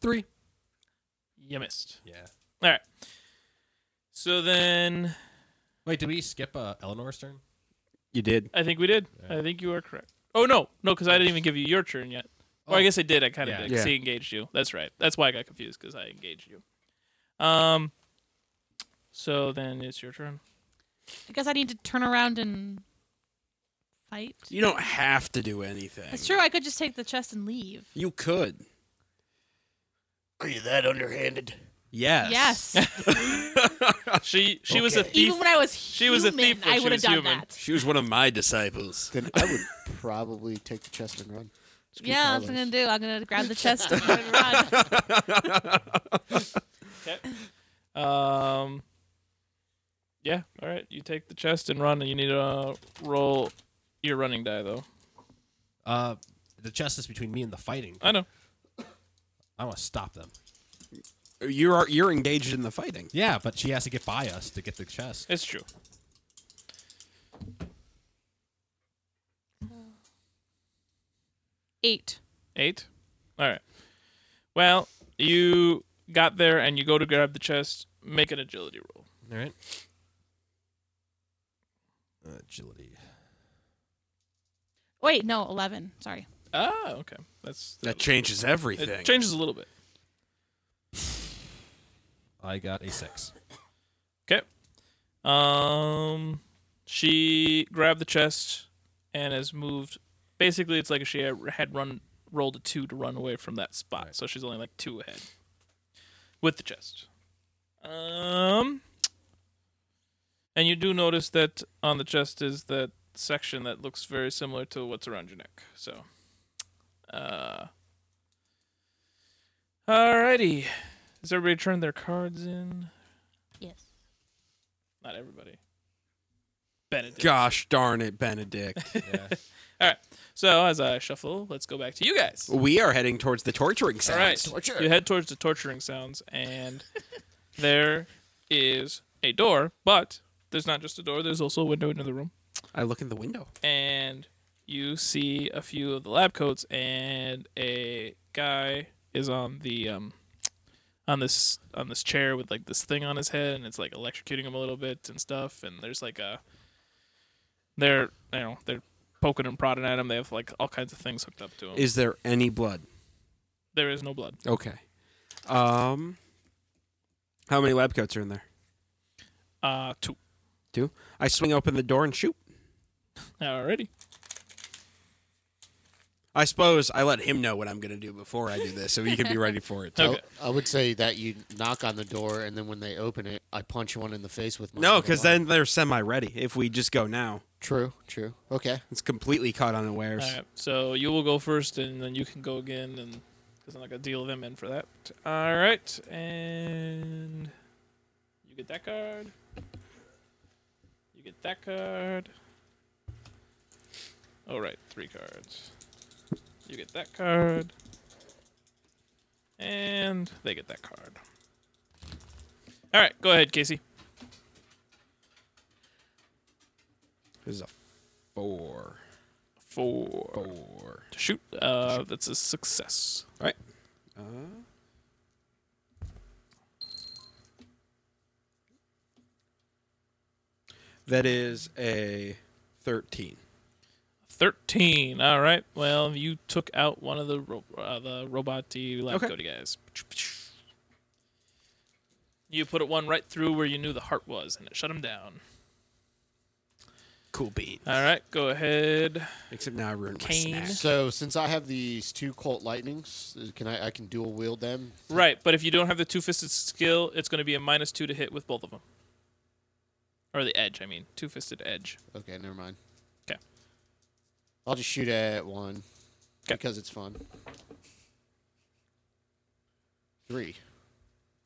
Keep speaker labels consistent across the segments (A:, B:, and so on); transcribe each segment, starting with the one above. A: Three. You missed.
B: Yeah.
A: All right. So then
B: Wait, did we skip uh, Eleanor's turn?
C: You did.
A: I think we did. I think you are correct. Oh no, no, because I didn't even give you your turn yet. Well, I
B: Oh.
A: guess I did. I kind of
B: Yeah.
A: did. 'cause
C: Yeah.
A: He engaged you. That's right. That's why I got confused because I engaged you. Um. So then it's your turn.
D: I guess I need to turn around and fight.
C: You don't have to do anything.
D: That's true. I could just take the chest and leave.
C: You could.
E: Are you that underhanded?
C: Yes.
D: Yes.
A: She she was a
E: Okay.
A: thief.
D: Even when I was
A: She was a
D: human,
A: thief when
D: I
A: she
D: would have
A: was
D: done
A: human.
D: that.
C: She was one of my disciples.
E: Then I would probably take the chest and run. Screw
D: Yeah, that's what I'm gonna
E: Carlos.
D: do. I'm gonna grab the chest and run. run.
A: Um. Yeah. All right. You take the chest and run, and you need to uh, roll your running die though.
B: Uh, the chest is between me and the fighting.
A: I know.
B: I want to stop them.
C: You're you're engaged in the fighting.
B: Yeah, but she has to get by us to get the chest.
A: It's true.
D: Eight.
A: Eight. All right. Well, you got there, and you go to grab the chest. Make an agility roll.
B: All right. Agility.
D: Wait, no, eleven. Sorry.
A: Ah, okay. That's
C: That changes everything.
A: It changes a little bit.
B: I got a six.
A: Okay. Um, she grabbed the chest and has moved. Basically, it's like she had run rolled a two to run away from that spot, so she's only like two ahead with the chest. Um, and you do notice that on the chest is that section that looks very similar to what's around your neck. So, uh, alrighty. Has everybody turned their cards in?
D: Yes.
A: Not everybody. Benedict.
C: Gosh darn it, Benedict.
A: All right. So as I shuffle, let's go back to you guys.
C: we are heading towards the torturing
A: All
C: sounds.
A: right.
E: torture.
A: You head towards the torturing sounds, and there is a door, but there's not just a door. There's also a window into the room,
C: I look in the window.
A: and you see a few of the lab coats, and a guy is on the um on this on this chair with like this thing on his head, and it's like electrocuting him a little bit and stuff. And there's like a they're you know they're poking and prodding at him. They have like all kinds of things hooked up to him.
C: Is there any blood?
A: there is no blood.
C: Okay. Um How many lab coats are in there?
A: Uh, two
C: Two. I swing open the door and shoot.
A: already.
C: I suppose I let him know what I'm going to do before I do this so he can be ready for it.
A: Okay.
E: I would say that you knock on the door, and then when they open it, I punch one in the face with my.
C: No,
E: other
C: cuz
E: arm.
C: then they're semi ready. If we just go now,
E: True. True. Okay.
C: it's completely caught unawares.
A: All right. So you will go first, and then you can go again, and because I'm not gonna deal them in for that. All right, and you get that card. You get that card. All right, three cards. You get that card, and they get that card. All right, go ahead, Casey.
C: This is a 4
A: Four.
C: 4.
A: to shoot. Uh, that's a success.
C: All right. That is a 13.
A: 13. All right. Well, you took out one of the ro- uh, the robot-y lab
C: Okay.
A: coaty guys. You put it one right through where you knew the heart was, and it shut him down.
C: Cool bean.
A: All right, go ahead.
C: Except now I ruined my
A: Kane.
C: snack.
E: So since I have these two Colt Lightnings, uh, can I? I can dual wield them.
A: Right, but if you don't have the two-fisted skill, it's going to be a minus two to hit with both of them, or the edge. I mean, two-fisted edge.
E: Okay. Never mind.
A: 'Kay.
E: I'll just shoot at one
A: 'Kay.
E: because it's fun. Three.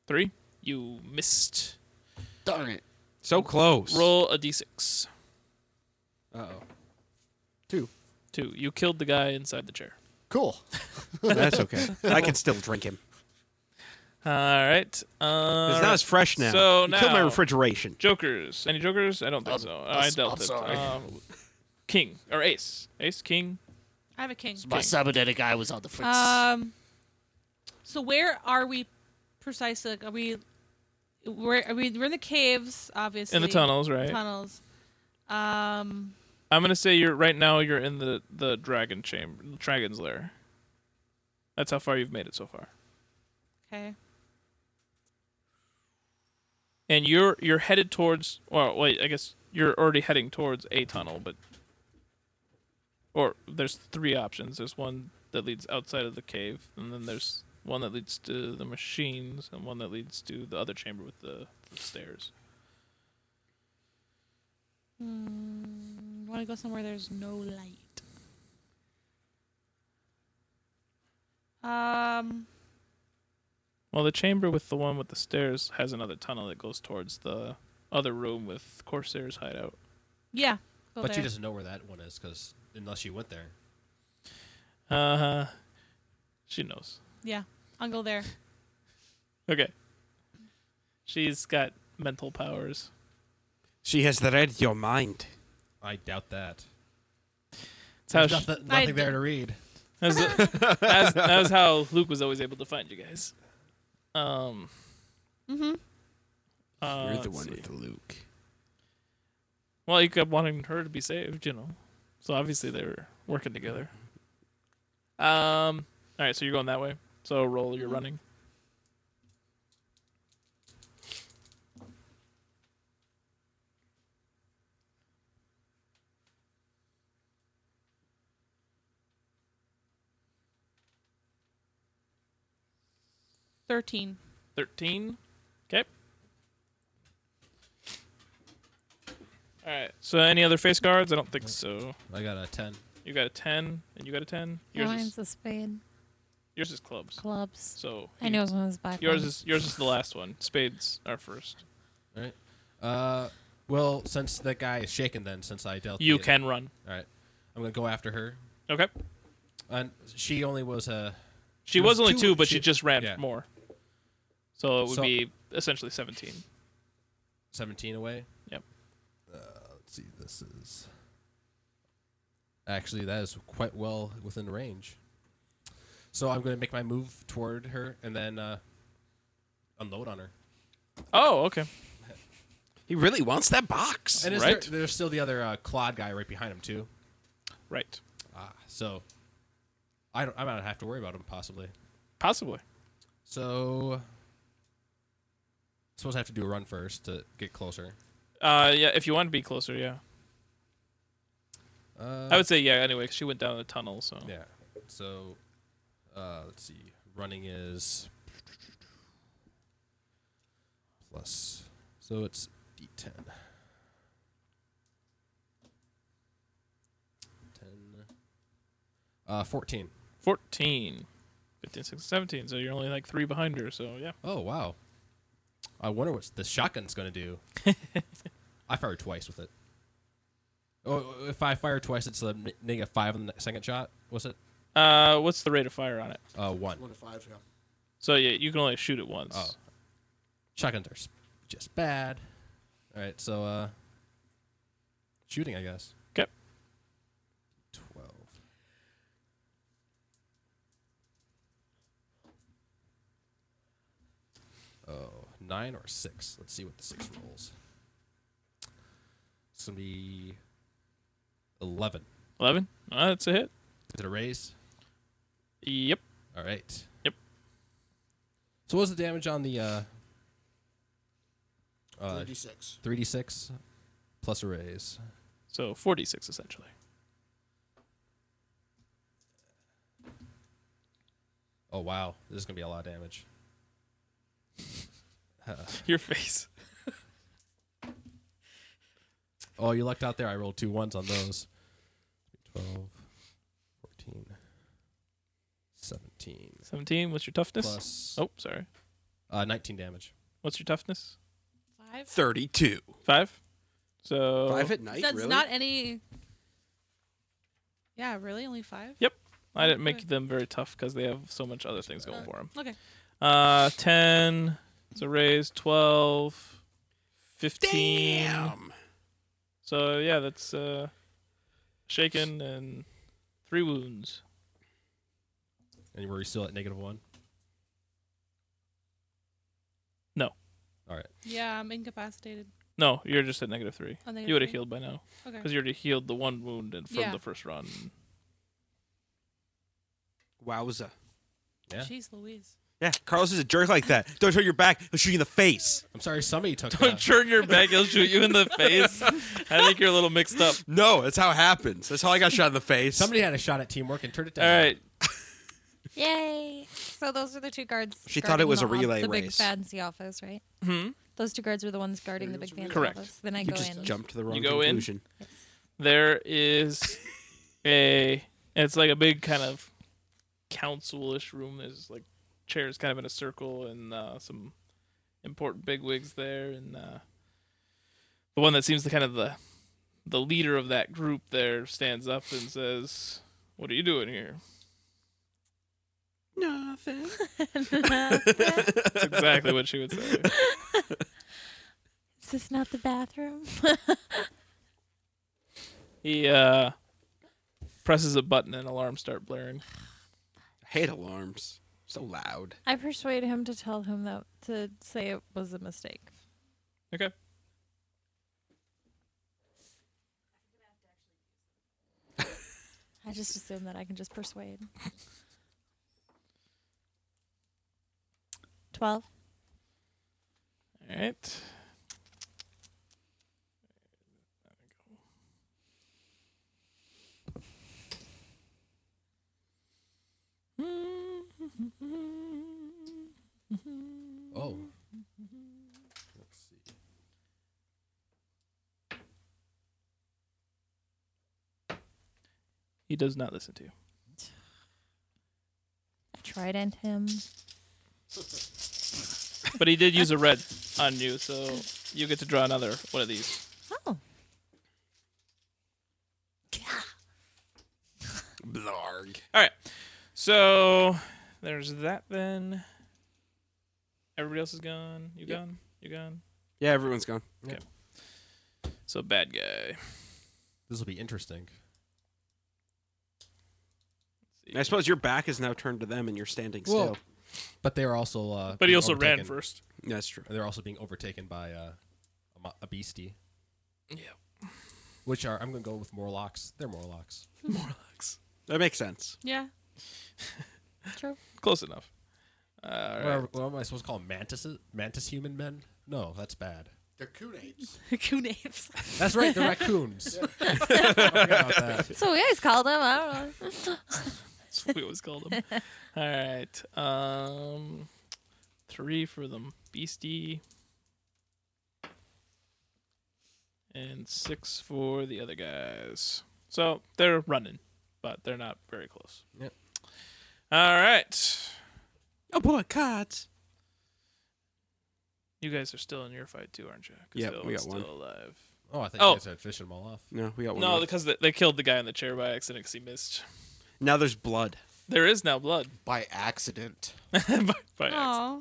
A: Three. You missed.
E: Darn it.
C: So close.
A: Roll a d6.
C: Uh-oh.
E: Two.
A: Two. You killed the guy inside the chair.
E: Cool.
C: That's okay. I can still drink him.
A: All right. Uh,
C: 'Cause now it's fresh now.
A: So
C: you killed my
A: now-
C: refrigeration.
A: Jokers. Any jokers? I don't think
E: I'm-
A: so.
E: I'm
A: I
E: s-
A: dealt
E: I'm
A: it.
E: sorry.
A: Um, king or ace? Ace, king.
D: I have a king.
E: My cybernetic eye was on the fritz.
D: Um. So where are we precisely? Are we? Where are we? We're in the caves, obviously.
A: In the tunnels, right?
D: Tunnels. Um.
A: I'm gonna say you're right now. You're in the the dragon chamber, dragon's lair. That's how far you've made it so far,
D: Okay.
A: and you're you're headed towards. Well, wait. I guess you're already heading towards a tunnel, but or there's three options. There's one that leads outside of the cave, and then there's one that leads to the machines, and one that leads to the other chamber with the, the stairs.
D: Mm, Want to go somewhere there's no light. Um.
A: Well, the chamber with the one with the stairs has another tunnel that goes towards the other room with Corsair's hideout.
D: Yeah. Go
B: but
D: there.
B: she doesn't know where that one is because unless you went there,
A: Uh huh. She knows.
D: Yeah. I'll go there.
A: Okay. She's got mental powers.
C: She has read your mind.
B: I doubt that.
A: That's how,
B: There's
A: she,
B: nothing, nothing
D: I-
B: there to read.
A: that's, that's, that's how Luke was always able to find you guys. Um.
D: Mm-hmm.
A: uh,
C: You're the
A: let's
C: one
A: see.
C: with the Luke.
A: Well, you kept wanting her to be saved, you know. So obviously they were working together. Um. All right, so you're going that way. So roll. You're running.
D: Thirteen.
A: 13. Okay. All right. So any other face guards? I don't think so.
B: I got a ten.
A: You got a 10 and you got a 10. Yours
F: Mine's
A: is
F: a spade.
A: yours is clubs.
F: Clubs.
A: So
F: I knew it was one of those back.
A: yours
F: ones.
A: is yours is the last one. Spades are first.
B: All right. Uh, well, since that guy is shaken, then since I dealt,
A: You
B: the-
A: can run.
B: All right. I'm gonna go after her,
A: Okay.
B: and she only was uh, a.
A: She
B: It
A: was
B: was
A: only
B: two-
A: 2, but she,
B: she-
A: just ran
B: yeah.
A: more. So it would
B: So-
A: be essentially 17.
B: 17 away.
A: Yep.
B: Uh, let's see. This is actually that is quite well within range. So I'm going to make my move toward her and then uh, unload on her.
A: Oh, okay.
C: He really wants that box.
B: And is
A: Right.
B: there, there's still the other uh, Claude guy right behind him too.
A: Right.
B: Ah, so I don't. I might not have to worry about him possibly.
A: Possibly.
B: So suppose I have to do a run first to get closer.
A: Uh yeah, if you want to be closer, yeah.
B: Uh,
A: I would say yeah anyway 'cause she went down the tunnel, so.
B: Yeah. So, uh, let's see. Running is plus. So it's d10. 10. Uh, 14.
A: 14 15 16 17 so you're only like three behind her so yeah
B: Oh, wow. I wonder what the shotgun's going to do. I fired twice with it. Oh, if I fire twice, it's a n- negative five on the second shot. What's it?
A: uh what's the rate of fire on it
B: Uh, one.
E: to five, yeah.
A: so yeah you can only shoot it once
B: Oh. Shotguns are s- just bad. All right, so uh shooting, I guess.
A: 'Kay.
B: 12. Oh, 9 or 6. Let's see what the 6 rolls. It's going to be 11.
A: 11 uh, that's a hit
B: Is it a raise?
A: yep
B: All right.
A: Yep.
B: So what was the damage on the uh uh
E: 36.
B: 3d6 plus arrays.
A: so 46 essentially
B: Oh wow, this is gonna be a lot of damage.
A: your face
B: Oh, you lucked out there. I rolled two ones on those. 12, 14, 17,
A: 17 what's your toughness
B: plus
A: oh sorry
B: uh, 19 damage.
A: what's your toughness
D: Five.
C: 32.
A: five so
C: Five at night,
D: That's
C: really?
D: not any. Yeah, really, only five.
A: i didn't make them very tough because they have so much other things going for them
D: Okay.
A: Uh, 10. It's a raise. 12. 15.
C: Damn.
A: So, yeah, that's uh, shaken and three wounds.
B: And were you still at negative one?
A: No.
B: All right.
D: Yeah, I'm incapacitated.
A: No, you're just at negative three.
D: Oh, negative
A: you would have
D: three.
A: healed by now
D: Okay.
A: because you already healed the one wound and from
D: Yeah.
A: the first run.
C: Wowza.
B: Yeah.
D: Jeez Louise.
C: Yeah, Carlos is a jerk like that. Don't turn your back. He'll shoot you in the face.
B: I'm sorry, somebody took
A: Don't
B: that.
A: turn your back; he'll shoot you in the face. I think you're a little mixed up.
C: No, that's how it happens. That's how I got shot in the face.
B: Somebody had a shot at teamwork and turned it
A: All
B: down.
A: right,
F: Yay! So those are the two guards.
C: She thought it
F: guarding
C: was
F: the
C: a relay
F: the big
C: race.
F: fancy office, right?
A: hmm?
F: Those two guards were the ones guarding the big fancy
A: Correct.
F: office. Then I
C: you
F: go
C: just
F: in.
C: jumped to the wrong
A: go in?
C: conclusion.
A: there is a. It's like a big kind of council-ish room. There's like chairs kind of in a circle, and uh, some important bigwigs there, and uh, the one that seems the kind of the the leader of that group there stands up and says, "What are you doing here?"
C: Nothing.
A: That's exactly what she would say.
F: Is this not the bathroom?
A: He uh, presses a button and alarms start blaring.
C: I hate alarms. So loud.
F: I persuade him to tell him that to say it was a mistake.
A: Okay.
F: I just assume that I can just persuade. Twelve.
A: All right.
B: Oh. Let's see.
A: He does not listen to you.
F: Trident him.
A: But he did use a red on you, so you get to draw another one of these.
F: Oh.
C: Blarg.
A: So there's that then. Everybody else is gone. You
C: Yep.
A: gone? You gone?
C: Yeah, everyone's gone.
A: So bad guy.
B: This will be interesting.
A: Let's see.
C: I suppose your back is now turned to them and you're standing still.
B: Well- But they are also. Uh,
A: But he
B: being
A: also ran
B: overtaken-
A: first.
C: That's true.
B: They're also being overtaken by uh, a, mo- a beastie,
A: Yeah.
B: which are I'm going to go with Morlocks. They're Morlocks.
C: That makes sense.
D: Yeah.
F: True.
A: Close enough. All
B: What,
A: right.
B: are- what am I supposed to call them? mantises? Mantis human men? No, that's bad.
E: They're coon apes.
F: Coon apes.
B: That's right. They're raccoons. I forgot about that.
F: So we guys called him. I don't know.
A: That's what we always called them. All right. Um, three for them. Beastie. And six for the other guys. So they're running, but they're not very close.
B: Yep.
A: All right.
C: Oh boy, cards.
A: You guys are still in your fight too, aren't you? 'Cause
C: Yep,
A: Phil
C: we
A: is
C: got one.
A: still alive.
B: Oh, I think
A: Oh.
B: you guys had fishing them all off.
C: No, we got one.
A: No,
C: left.
A: because they, they killed the guy in the chair by accident because he missed.
C: now there's blood.
A: There is now blood.
E: By accident.
A: by, by accident.
D: Oh,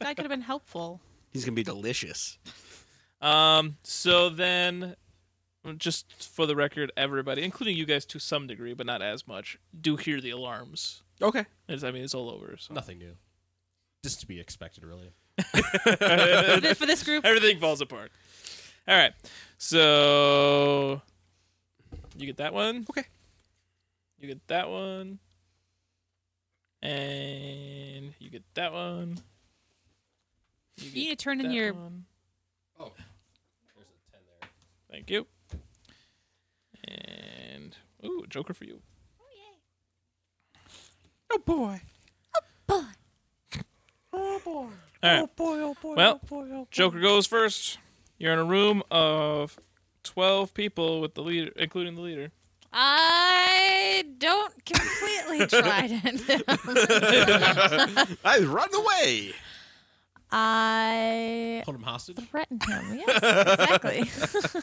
D: that could have been helpful.
C: He's gonna be delicious.
A: Um. So then, just for the record, everybody, including you guys to some degree, but not as much, do hear the alarms.
C: Okay.
A: It's, I mean, it's all over. So.
B: Nothing new. Just to be expected, really.
D: for, this, for this group,
A: Everything falls apart. All right. So you get that one.
C: Okay.
A: You get that one. And you get that one. You
D: you need
A: get
D: to turn in
A: that
D: your.
A: one.
B: Oh. There's a 10 there.
A: Thank you. And ooh, a joker for you.
C: Oh boy.
F: Boy.
A: All right.
C: boy. Oh boy.
A: Well,
C: boy. Oh boy.
A: Joker goes first. You're in a room of twelve people with the leader, including the leader.
F: I don't completely trident him.
C: I run away.
F: I
B: Hold them hostage?
F: threaten him. Yes, exactly.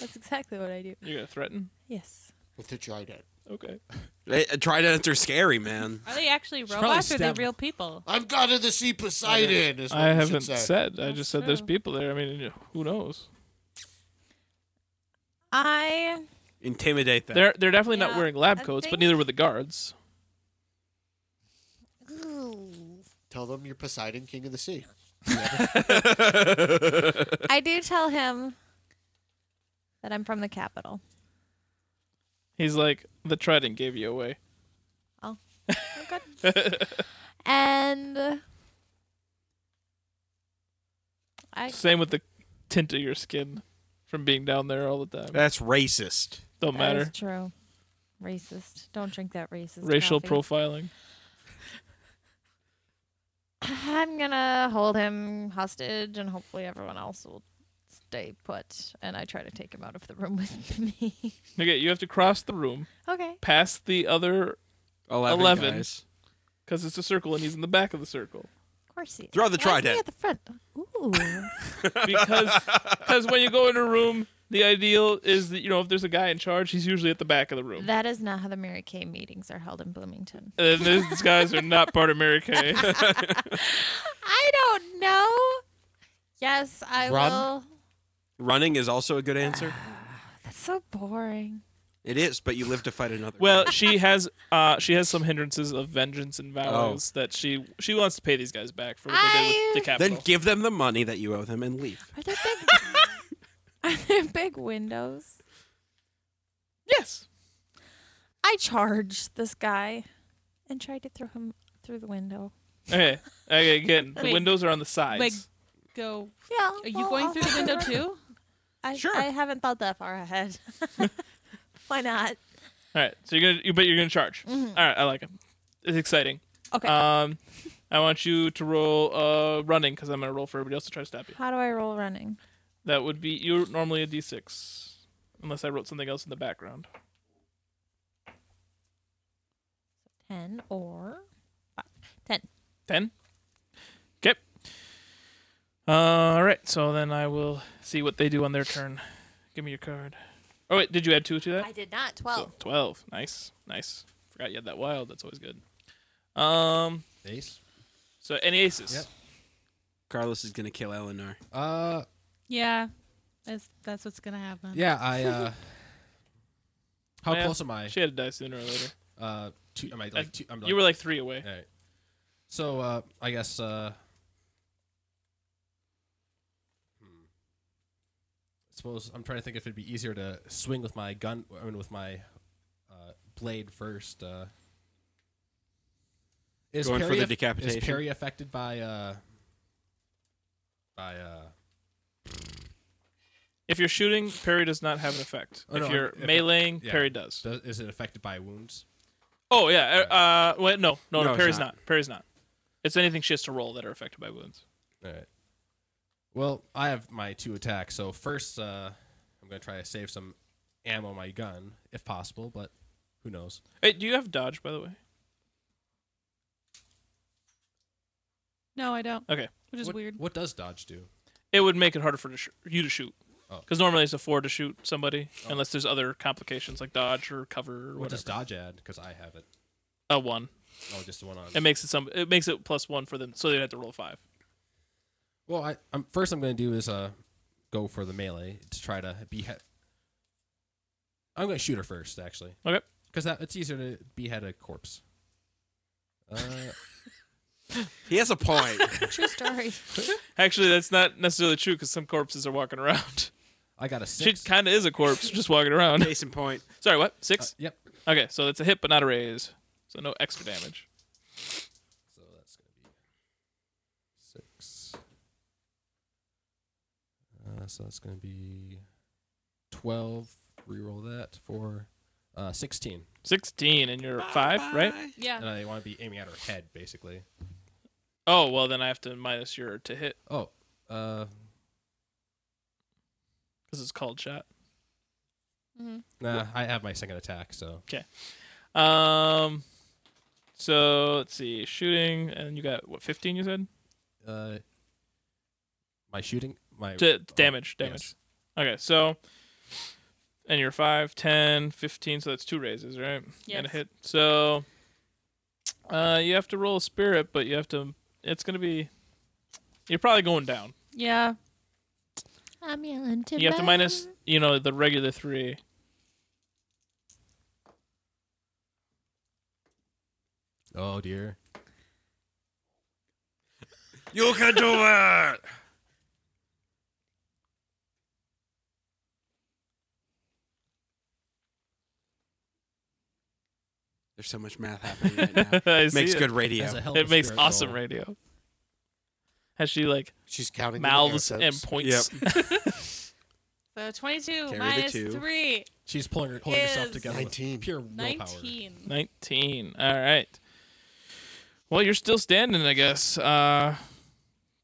F: That's exactly what I do.
A: You're gonna threaten.
F: Yes.
E: With the trident.
A: Okay.
C: Hey, uh, tridents are scary, man.
D: Are they actually
B: probably
D: robots or are they
B: stabbed-
D: real people?
E: I've got to the sea Poseidon. Is what
A: I
E: you should
A: haven't
E: say.
A: said. I just said there's
D: true.
A: people there. I mean, who knows?
F: I
C: Intimidate them.
A: They're they're definitely not
F: Yeah,
A: wearing lab
F: I
A: coats, but
F: think-
A: neither were the guards.
E: Tell them you're Poseidon, king of the sea.
F: I do tell him that I'm from the capital.
A: He's like the trident gave you away.
F: I'm good. and I
A: Same with the tint of your skin from being down there all the time.
C: That's racist.
A: Don't
F: that is
A: matter.
F: true. Racist. Don't drink that racist.
A: Racial
F: coffee.
A: profiling.
F: I'm gonna hold him hostage, and hopefully everyone else will stay put. And I try to take him out of the room with me.
A: Okay, you have to cross the room,
F: okay.
A: past the other,
C: 11.
A: 11.
C: guys.
A: because it's a circle and he's in the back of the circle.
F: Of course he is.
C: Throw the
F: Why is he
C: trident.
F: at the front. Ooh.
A: because because when you go in a room, the ideal is that you know if there's a guy in charge, he's usually at the back of the room.
F: that is not how the Mary Kay meetings are held in Bloomington.
A: and these these guys are not part of Mary Kay.
F: I don't know. Yes, I
E: Run.
F: will.
C: Running is also a good answer.
F: That's so boring.
C: It is, but you live to fight another.
A: well,
C: day.
A: she has uh she has some hindrances of vengeance and vows that she she wants to pay these guys back for what they did with the
C: then
A: capital.
C: give them the money that you owe them and leave.
F: Are there big? are there big windows?
A: yes.
F: I charge this guy, and try to throw him through the window.
A: Okay. Okay. Again, the
D: Wait.
A: windows are on the sides.
D: Wait, go.
F: Yeah.
D: Are you going through the window too?
F: I,
C: Sure.
F: I haven't thought that far ahead. Why not?
A: All right. So you're gonna you, but you're gonna charge.
F: Mm-hmm.
A: All right. I like it. It's exciting.
F: Okay.
C: Uh,
A: Um, I want you to roll uh running because I'm gonna roll for everybody else to try to stop you.
F: How do I roll running?
A: That would be you're normally a d6, unless I wrote something else in the background.
F: Ten or
A: Ten. Okay. All right. So then I will see what they do on their turn. Give me your card. Oh wait, did you add two to
C: Uh,
A: that?
F: I did not.
A: So,
F: Twelve.
A: Twelve. Nice. Nice. Forgot you had that wild. That's always good. Um.
B: Ace.
A: So any aces?
B: Yep.
C: Carlos is gonna kill Eleanor.
B: Uh,
D: Yeah. That's that's what's gonna happen.
B: yeah. I. uh How
A: Yeah.
B: close am I?
A: She had to die sooner or later.
B: Uh, two, am I
A: Uh,
B: like two? I'm like,
A: You were like three away.
B: All right. So uh, I guess. Uh, hmm. suppose I'm trying to think if it'd be easier to swing with my gun. I mean, with my uh, blade first. Uh, is
C: Going for
B: Perry
C: the
B: aff-
C: decapitation?
B: Is Perry affected by uh, by uh,
A: If you're shooting, parry does not have an effect.
B: Oh,
A: if
B: no, I'm-
A: you're
B: if I-
A: meleeing,
B: yeah.
A: parry does.
B: does, is it affected by wounds?
A: Oh yeah. uh, Uh, wait, no, no,
C: No,
A: no.
C: it's
A: Perry's
C: not.
A: not. Perry's not. It's anything she has to roll that are affected by wounds.
B: All right. Well, I have my two attacks. So first, uh, I'm gonna try to save some ammo on my gun, if possible. But who knows?
A: Hey, do you have dodge, by the way?
D: No, I don't.
A: Okay.
D: Which is
B: what,
D: weird.
B: What does dodge do?
A: It would make it harder for to sh- you to shoot.
B: Oh.
A: Because normally it's a four to shoot somebody, unless there's other complications like dodge or cover or
B: What does
A: whatever.
B: dodge add? Because I have it.
A: A one.
B: Oh, just the one on.
A: It makes it some. It makes it plus one for them, so they'd have to roll a five.
B: Well, I, I'm first. I'm gonna do is uh, go for the melee to try to behead. I'm gonna shoot her first, actually,
A: Okay.
B: because that it's easier to behead a corpse. Uh,
C: He has a point.
F: True story.
A: Actually, that's not necessarily true because some corpses are walking around.
B: I got a
A: She
B: six.
A: kind of is a corpse just walking around.
C: Case in point.
A: Sorry, what?
B: Uh,
A: Six?
B: yep.
A: Okay, so that's a hit, but not a raise. So no extra damage.
B: So that's going to be six. Uh, so that's going to be 12. Reroll that for uh, 16.
A: 16 and you're five, right?
D: Yeah.
B: And I want to be aiming at her head, basically.
A: Oh, well, then I have to minus your to hit
B: Oh, uh,
A: because it's called shot.
B: nah, I have my second attack, so.
A: Um, so let's see, shooting, and you got what 15? You said
B: Uh, my shooting. my
A: to damage, damage. Okay, so And you're 5, 10, 15, so that's two raises, right? And a
D: Yes.
A: hit. So uh, you have to roll a spirit, but you have to. It's going to be. You're probably going down.
D: Yeah.
F: I'm yelling to
A: You have to minus, you know, the regular three.
B: Oh dear.
C: You can do it. There's so much math happening right now.
A: I see
C: Makes
A: it.
C: good radio.
B: That's a hell of
A: It
B: a
A: makes
B: spirit
A: awesome
B: roll.
A: radio. As she like
E: She's counting the
A: mouths
E: air
A: and
E: quotes.
A: points.
D: So 22
C: the
D: minus
C: two.
D: 3.
B: She's pulling, her, holding herself
D: Is
B: together. With
E: 19.
B: pure willpower.
D: 19.
A: 19. All right. Well, you're still standing, I guess. Uh,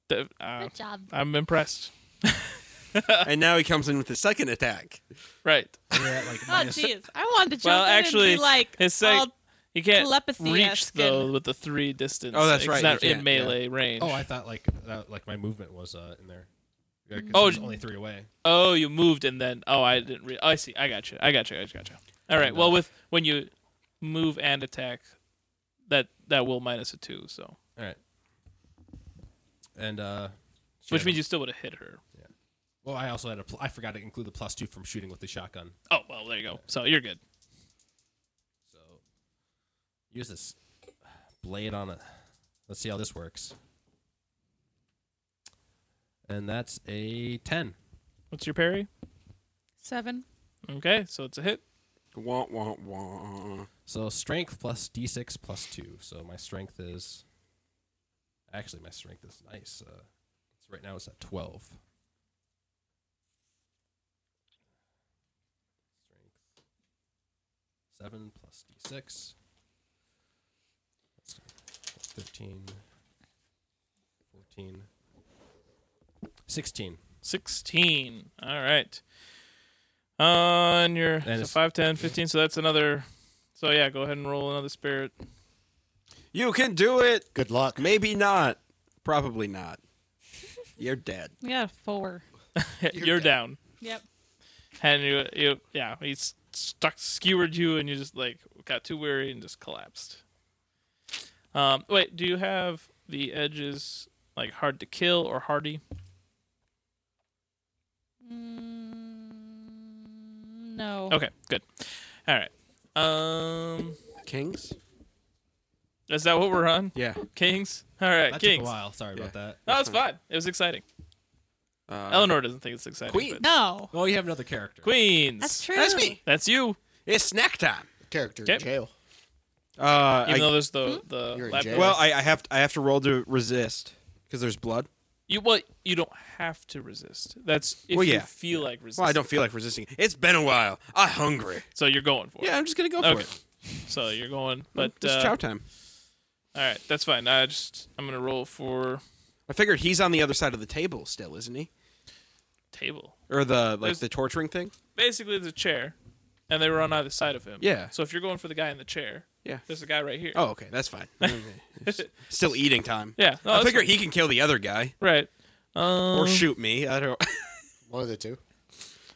A: th- uh,
F: Good job.
A: I'm impressed.
C: and now he comes in with the second attack.
A: Right.
B: Yeah, like
D: Oh, jeez. I wanted to jump
A: Well,
D: in
A: actually,
D: and be like,
A: his sec-
D: all-
A: You can't
D: Telepathy
A: reach
D: esque
A: though
D: and-
A: with the three distance.
C: Oh, that's
A: It's
C: right,
A: not
C: you
A: in
C: can't, yeah.
A: melee range.
B: Oh, I thought like that, like my movement was uh, in there. Yeah, 'cause
A: Oh,
B: it was
A: d-
B: only three away.
A: Oh, you moved and then. Oh, I didn't. Re- oh, I see. I got you. I got you. I got you. All right.
B: no.
A: Well, with when you move and attack, that that will minus a two. So,
B: All right. And uh, she
A: which
B: had
A: means
B: a-
A: you still would have hit her.
B: Well, I also had a. Pl- I forgot to include the plus two from shooting with the shotgun.
A: Oh well, there you go. So you're good.
B: So use this blade on a. Let's see how this works. And that's a ten.
A: What's your parry?
D: 7.
A: Okay, so it's a hit.
C: Wah, wah, wah.
B: So strength plus d6 plus two. So my strength is. Actually, my strength is nice. Uh, so right now it's at twelve. Strength seven plus d6. That's that's 13, 14, 16.
A: 16. All right. Uh, and you're
B: And
A: so
B: it's-
A: 5, 10, 15. So that's another. So yeah, go ahead and roll another spirit.
C: You can do it.
E: Good luck.
C: Maybe not. Probably not. You're dead.
D: I got a 4.
A: You're, down.
D: Yep.
A: And you, you, yeah, he s- stuck, skewered you, and you just like got too weary and just collapsed. Um, wait, do you have the edges like hard to kill or hardy?
D: Mm, no.
A: Okay, good. All right. Um,
C: Kings?
A: is that what we're on?
C: Yeah.
A: Kings. All right,
B: That took
A: kings.
B: a while. Sorry about that.
A: No, it's fine. It was exciting.
C: Uh,
A: Eleanor doesn't think it's exciting.
C: Queen.
A: but-
D: No.
B: Well, you have another character.
A: Queens.
F: That's true.
C: That's me.
A: That's you.
C: It's snack time.
E: Character
A: Okay.
E: in jail.
C: Uh,
A: Even
C: I-
A: though there's the
F: Hmm?
A: the
E: You're in
A: lab-
E: jail.
A: well,
C: well, I, I have to, I have to roll to resist because there's blood.
A: you well you don't have to resist. That's if
C: Well,
A: you
C: yeah.
A: feel like resisting.
C: Well, I don't feel like resisting. It's been a while. I'm hungry.
A: So you're going for
C: Yeah,
A: it.
C: I'm just gonna go
A: Okay.
C: for it.
A: So you're going, but
C: it's
A: uh,
C: chow time.
A: all right, that's fine. I just I'm gonna roll for
C: I figured he's on the other side of the table still, isn't he?
A: table.
C: Or the like
A: There's-
C: the torturing thing.
A: Basically, there's a chair, and they were on either side of him.
C: Yeah.
A: So if you're going for the guy in the chair,
C: Yeah.
A: there's a guy right here.
C: Oh, okay, that's fine. still eating time.
A: yeah. No,
C: I
A: that's
C: figure
A: fine.
C: he can kill the other guy
A: right. Um,
C: or shoot me. I don't.
E: One of the two.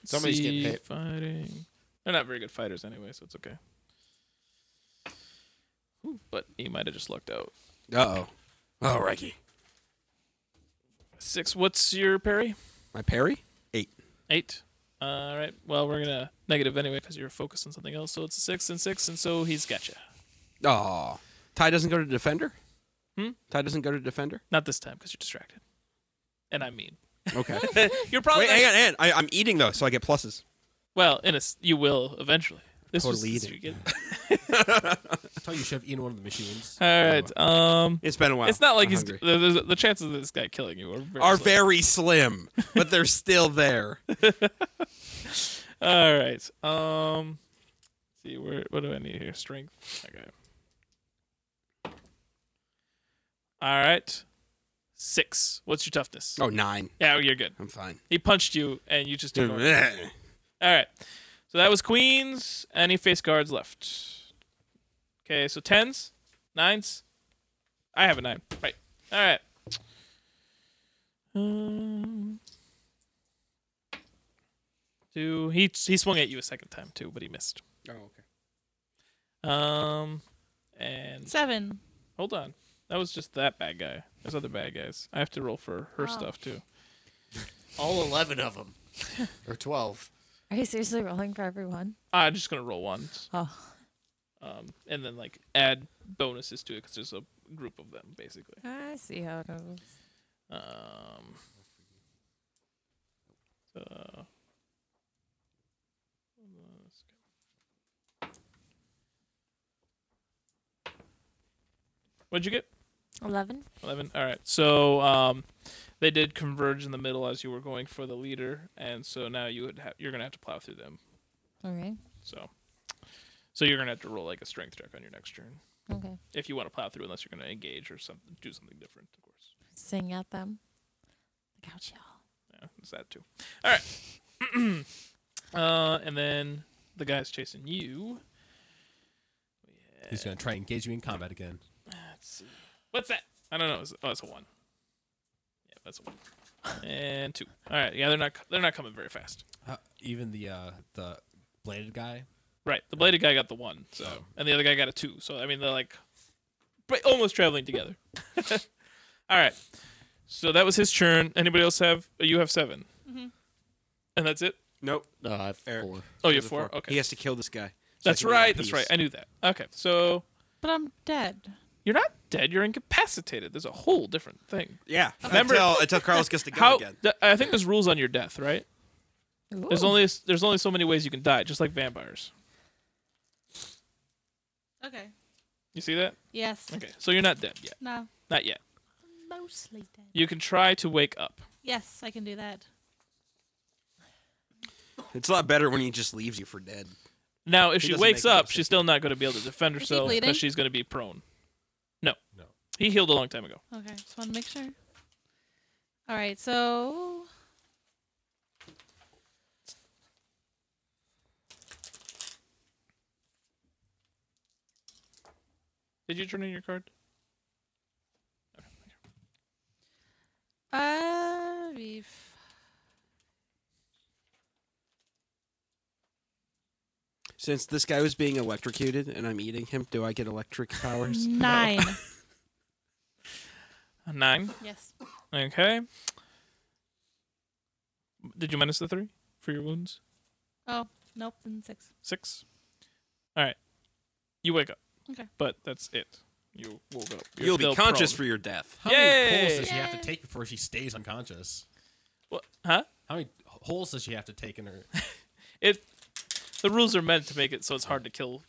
E: Somebody's
A: see
E: getting hit.
A: Fighting. They're not very good fighters anyway, so it's okay. Ooh, but he might have just lucked out.
C: Uh oh. Oh, Reiki.
A: Six. What's your parry?
C: My parry. Eight.
A: Eight. All right. Well, we're gonna negative anyway because you're focused on something else. So it's a six and six, and so he's got you.
C: Oh. Ty doesn't go to defender.
A: Hmm?
C: Ty doesn't go to defender.
A: Not this time because you're distracted. And I mean,
C: Okay.
A: you're probably
C: Wait, hang on, hang on. I, I'm eating though, so I get pluses.
A: well. In a s you will eventually. This was-
C: Totally
A: this
C: eat
A: you get-
B: I told you you should have eaten one of the machines.
A: All right. Um,
C: It's been a while.
A: it's not like
C: I'm
A: he's
C: hungry.
A: the, the, the chances of this guy killing you are very
C: are
A: slim.
C: very slim, but they're still there.
A: All right. Um, let's see where what do I need here? Strength. Okay. All right. Six. What's your toughness?
C: Oh, nine.
A: Yeah, you're good.
C: I'm fine.
A: He punched you and you
C: Oh,
A: just took over.
C: That's
A: All right. So that was queens. Any face guards left? Okay, so tens, nines. I have a nine. Right. All right. Um, two. He he swung at you a second time too, but he missed.
C: Oh, okay.
A: Um, and
D: Seven.
A: hold on, that was just that bad guy. There's other bad guys. I have to roll for her
F: Oh.
A: stuff too.
E: All 11 of them. or 12.
F: Are you seriously rolling for everyone?
A: I'm just gonna roll once,
F: Oh.
A: um, and then like add bonuses to it because there's a group of them basically.
F: I see how it goes.
A: Um. So, uh, let's go. What'd you get?
F: 11.
A: 11 all right so um they did converge in the middle as you were going for the leader and so now you would have you're gonna have to plow through them
F: Okay.
A: so so you're gonna have to roll like a strength check on your next turn
F: Okay.
A: if you want to plow through unless you're gonna engage or something do something different of course
F: Sing at them. Look out, y'all.
A: yeah it's that too all right uh and then the guy's chasing you
B: He's going to try and engage me in combat again.
A: let's see what's that i don't know It's- oh that's a one yeah that's a one and two all right yeah they're not they're not coming very fast
B: Uh, even the uh, the bladed guy.
A: Right. The bladed guy got the one, so
C: Oh.
A: and the other guy got a two. So I mean, they're like, but almost traveling together. All right. So that was his turn. Anybody else have? You have 7 And that's it.
C: Nope.
E: No, I have
C: Eric.
E: four.
A: Oh, you
C: There's
A: have
C: a
A: four. Okay.
C: He has to kill this guy. so I
A: that's
C: can get a
A: right. That's
C: piece.
A: right. I knew that. Okay. So
D: But I'm dead.
A: you're not dead. You're incapacitated. There's a whole different thing.
C: Yeah.
A: Remember-
C: until, until Carlos gets to go
A: How?
C: again.
A: th- I think there's rules on your death, right? There's only there's only so many ways you can die, just like vampires.
D: Okay.
A: You see that?
D: Yes.
A: Okay. So you're not dead yet.
D: No.
A: Not yet.
D: Mostly dead.
A: You can try to wake up.
D: Yes, I can do that.
C: It's a lot better when he just leaves you for dead.
A: Now, if
C: He
A: she
C: doesn't
A: wakes
C: make any
A: up, she's still not going to be able to defend
D: Is he
A: herself
D: bleeding?
A: because she's going to be prone. No.
B: No.
A: He healed a long time ago.
D: Okay, just want to make sure. All right, so
A: Did you turn in your card?
D: uh, beef.
C: Since this guy was being electrocuted and I'm eating him, do I get electric powers?
D: nine.
A: A nine.
D: yes.
A: Okay. Did you minus the three for your wounds?
D: Oh, nope, then six.
A: Six. All right. You wake up.
D: Okay.
A: But that's it. You woke up. You're
C: You'll be
A: still
C: conscious for
A: prone.
C: your death.
B: How many holes
A: Yay!
B: does she have to
D: Yay.
B: take before she stays unconscious?
A: What? Huh?
B: How many holes does she have to take in her?
A: It. The rules are meant to make it so it's hard to kill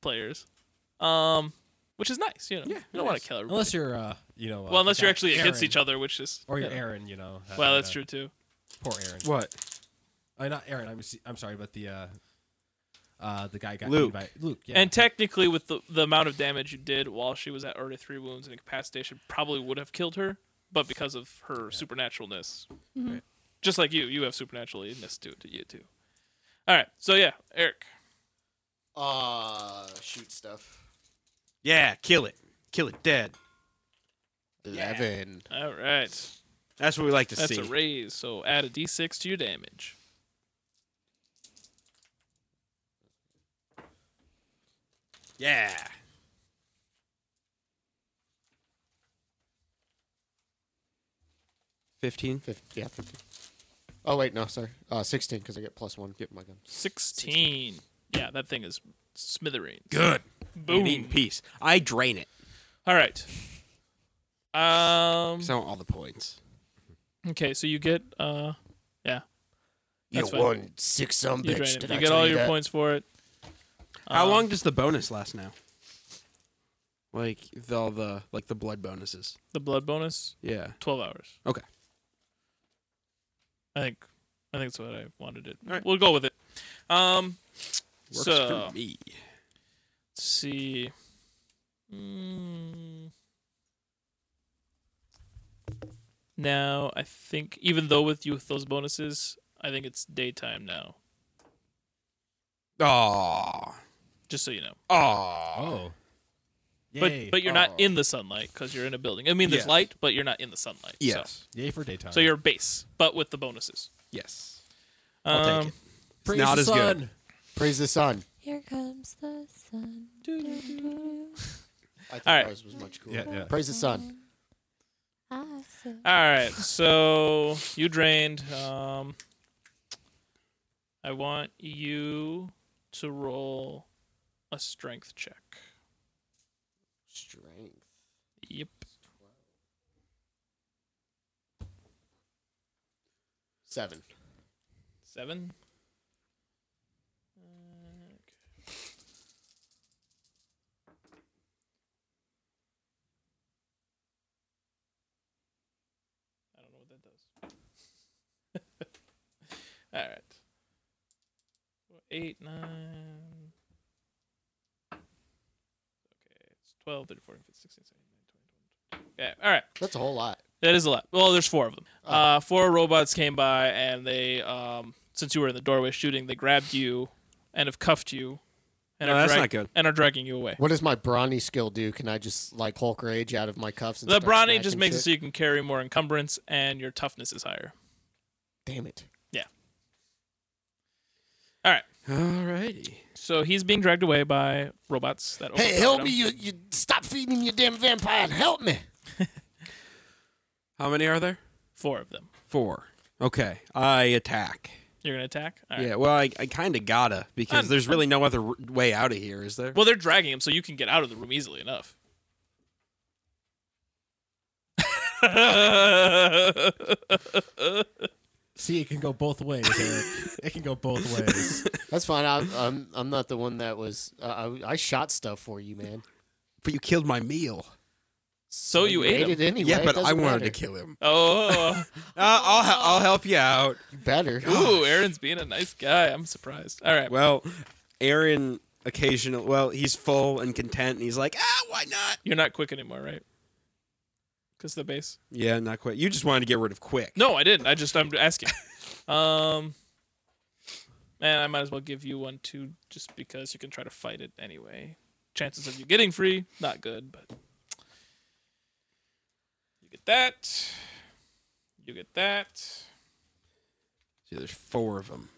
A: players. Um, which is nice. You know. you don't want to kill everybody.
B: Unless you're, uh, you know, uh,
A: well, unless you're
B: got
A: actually against
B: Aaron,
A: each other, which is
B: or
A: you
B: you're
A: know.
B: Aaron, you know. uh,
A: Well, that's
B: uh,
A: true too.
B: Poor Aaron.
C: What?
B: Uh, not Aaron. I'm, s- I'm sorry, but the uh, uh, the guy got
C: Luke.
B: beat by Luke. Yeah.
A: And technically, with the, the amount of damage you did while she was at already three wounds and incapacitation, probably would have killed her, but because of her supernaturalness,
C: Right.
A: just like you, you have supernaturalness to to you too. All right, so yeah, Eric,
E: Uh, shoot stuff.
C: Yeah, kill it. Kill it dead.
E: 11.
A: all right,
C: That's what we like to
A: that's
C: see.
A: a raise. So add a d6 to your damage.
C: yeah. Fifteen.
E: Fif- yeah, 15. Oh, wait, no, sorry. Uh, 16, because I get plus one. Get my gun.
A: Sixteen. Yeah, that thing is smithering.
C: Good.
A: Boom.
C: Eating peace. I drain it.
A: All right. Um.
C: So all the points.
A: Okay, so you get uh, yeah, That's
E: you
A: fine.
E: won six some
A: you, drain
E: bitch.
A: it.
E: Did
A: you
E: I
A: get
E: tell
A: all
E: you
A: your
E: that?
A: points for it.
C: How
A: Um,
C: long does the bonus last now? Like the all the like the blood bonuses.
A: The blood bonus,
C: Yeah.
A: twelve hours.
C: Okay.
A: I think, I think that's what I wanted it.
C: All right.
A: We'll go with it. Um,
C: Works
A: So-
C: for me.
A: let's see. Mm. Now I think, even though with you with those bonuses, I think it's daytime now.
C: Oh.
A: Just so you know,
C: Oh.
B: oh,
A: but but you're
C: Aw.
A: not in the sunlight because you're in a building. I mean, there's
C: Yes.
A: light, but you're not in the sunlight.
C: Yes.
B: yay for daytime.
A: So, so you're base, but with the bonuses.
C: Yes.
A: Um,
C: I'll take it.
B: Praise
C: not
B: the
C: as good.
B: sun.
E: Praise the sun.
F: Here comes the sun.
E: I thought
A: All right.
E: ours was much cooler.
B: Yeah, yeah.
E: Praise the sun.
F: I said-
A: All right, so you drained. Um, I want you to roll a strength check.
E: Strength.
A: Yep.
E: Seven.
A: Seven. Uh, I don't know what that does. All right. Eight, nine. Okay, it's 12, 13, 14, 15, 16, 17, 18, 19, 20, 21. Okay, all right.
E: That's a whole lot.
A: That is a lot. Well, there's four of them.
E: Oh.
A: Uh, four robots came by, and they, um, since you were in the doorway shooting, they grabbed you and have cuffed you, and
C: No,
A: are
C: that's
A: drag-
C: not good.
A: And are dragging you away.
E: What does my brawny skill do? Can I just like Hulk rage out of my cuffs? And
A: the
E: start
A: brawny just
E: smacking
A: makes it so
E: shit?
A: you can carry more encumbrance, and your toughness is higher.
E: Damn it!
A: All right.
C: Alrighty.
A: So he's being dragged away by robots that.
E: Hey,
A: overpowered
E: help
A: him.
E: me! You, you stop feeding your damn vampire and help me.
C: How many are there?
A: Four of them.
C: Four. Okay. I attack.
A: You're gonna attack. All right.
C: Yeah. Well, I, I kind of gotta because
A: I'm-
C: there's really no other r- way out of here, is there?
A: Well, they're dragging him, so you can get out of the room easily enough.
B: See, it can go both ways. Eric. it can go both ways.
E: That's fine. I, I'm I'm not the one that was. Uh, I, I shot stuff for you, man.
C: but you killed my meal.
A: so you ate
E: ate
A: him.
E: it anyway.
C: yeah,
E: It
C: but I
E: doesn't
C: wanted
E: matter.
C: to kill him.
A: Oh.
C: Uh, I'll he- I'll help you out.
E: You better.
A: Ooh, Aaron's being a nice guy. I'm surprised. All right.
C: Well, Aaron occasional. Well, he's full and content, and he's like, ah, why not?
A: You're not quick anymore, right? Because the base.
C: Yeah, not quite. You just wanted to get rid of quick.
A: No, I didn't. I just I'm asking. um, man, I might as well give you one too, just because you can try to fight it anyway. Chances of you getting free, not good, but you get that. You get that.
C: See, there's four of them.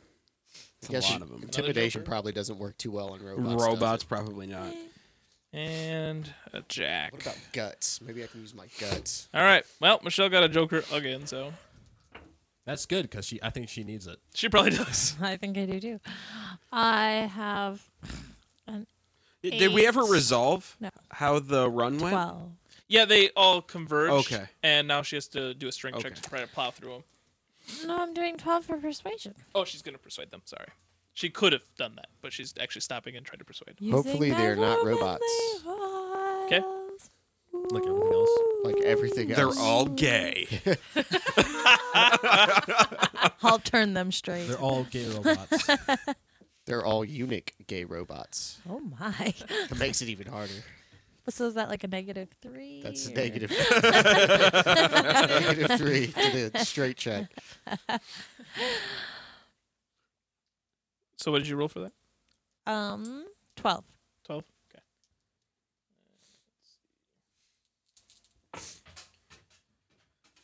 E: I guess
C: a
E: you-
C: lot of them.
E: Intimidation
A: Another Joker?
E: probably doesn't work too well on robots.
C: Robots,
E: does it?
C: probably not.
A: And a jack.
E: What about guts? Maybe I can use my guts.
A: All right. Well, Michelle got a joker again, so
B: That's good because she. I think she needs it.
A: she probably does.
F: I think I do too. I have
A: Eh.
C: Did- Did we ever
F: Eight.
C: resolve
F: No.
C: how the run went?
F: 12.
A: Yeah, they all converge.
C: Okay.
A: And now she has to do a strength check
C: Okay.
A: to try to plow through them.
F: No, I'm doing 12 for persuasion.
A: Oh, she's gonna persuade them. Sorry, she could have done that, but she's actually stopping and trying to persuade.
E: Hopefully
F: Using
E: they're
F: my
E: not
F: womanly
E: robots.
A: Okay.
F: wiles.
B: Like everything else.
E: Like everything else.
C: They're all gay.
F: I'll turn them straight.
B: They're all gay robots.
E: They're all eunuch gay robots.
F: Oh my.
E: It makes it even harder.
F: So is that like a negative three?
E: That's a
F: or-
E: negative. negative three to the straight check.
A: So what did you roll for that?
F: Um, 12.
A: Twelve. Okay.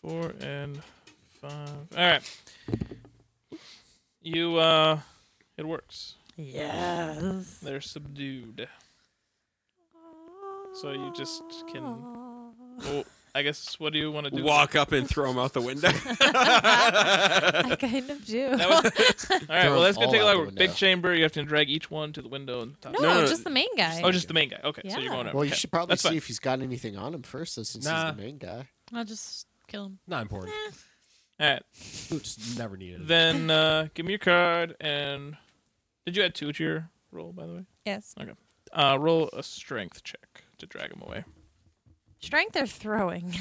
A: Four and five. All right. You uh, it works.
F: Yes.
A: They're subdued. So you just can. Well, I guess. What do you want to do?
C: Walk up and throw them out the window.
F: I kind of do.
A: That was- all right.
E: Throw
A: Well, that's
E: them
A: gonna take a
E: all
A: lot
E: out
A: of
E: the
A: work. Big
E: window.
A: chamber. You have to drag each one to the window and top.
F: no,
C: No, no,
F: just the main guy.
A: Oh, just the main guy. Okay, so you're
F: Yeah.
A: going up.
E: Well, you
A: Okay.
E: should probably
A: That's
E: see
A: fine.
E: if he's got anything on him first, though, since
B: Nah.
E: he's the main guy.
F: I'll just kill him.
B: Not important.
A: All right.
B: Boots never needed. it.
A: Then uh, give me your card and did you add two to your roll by the way?
F: Yes.
A: Uh, roll a strength check to drag him away.
F: Strength or throwing?
C: Do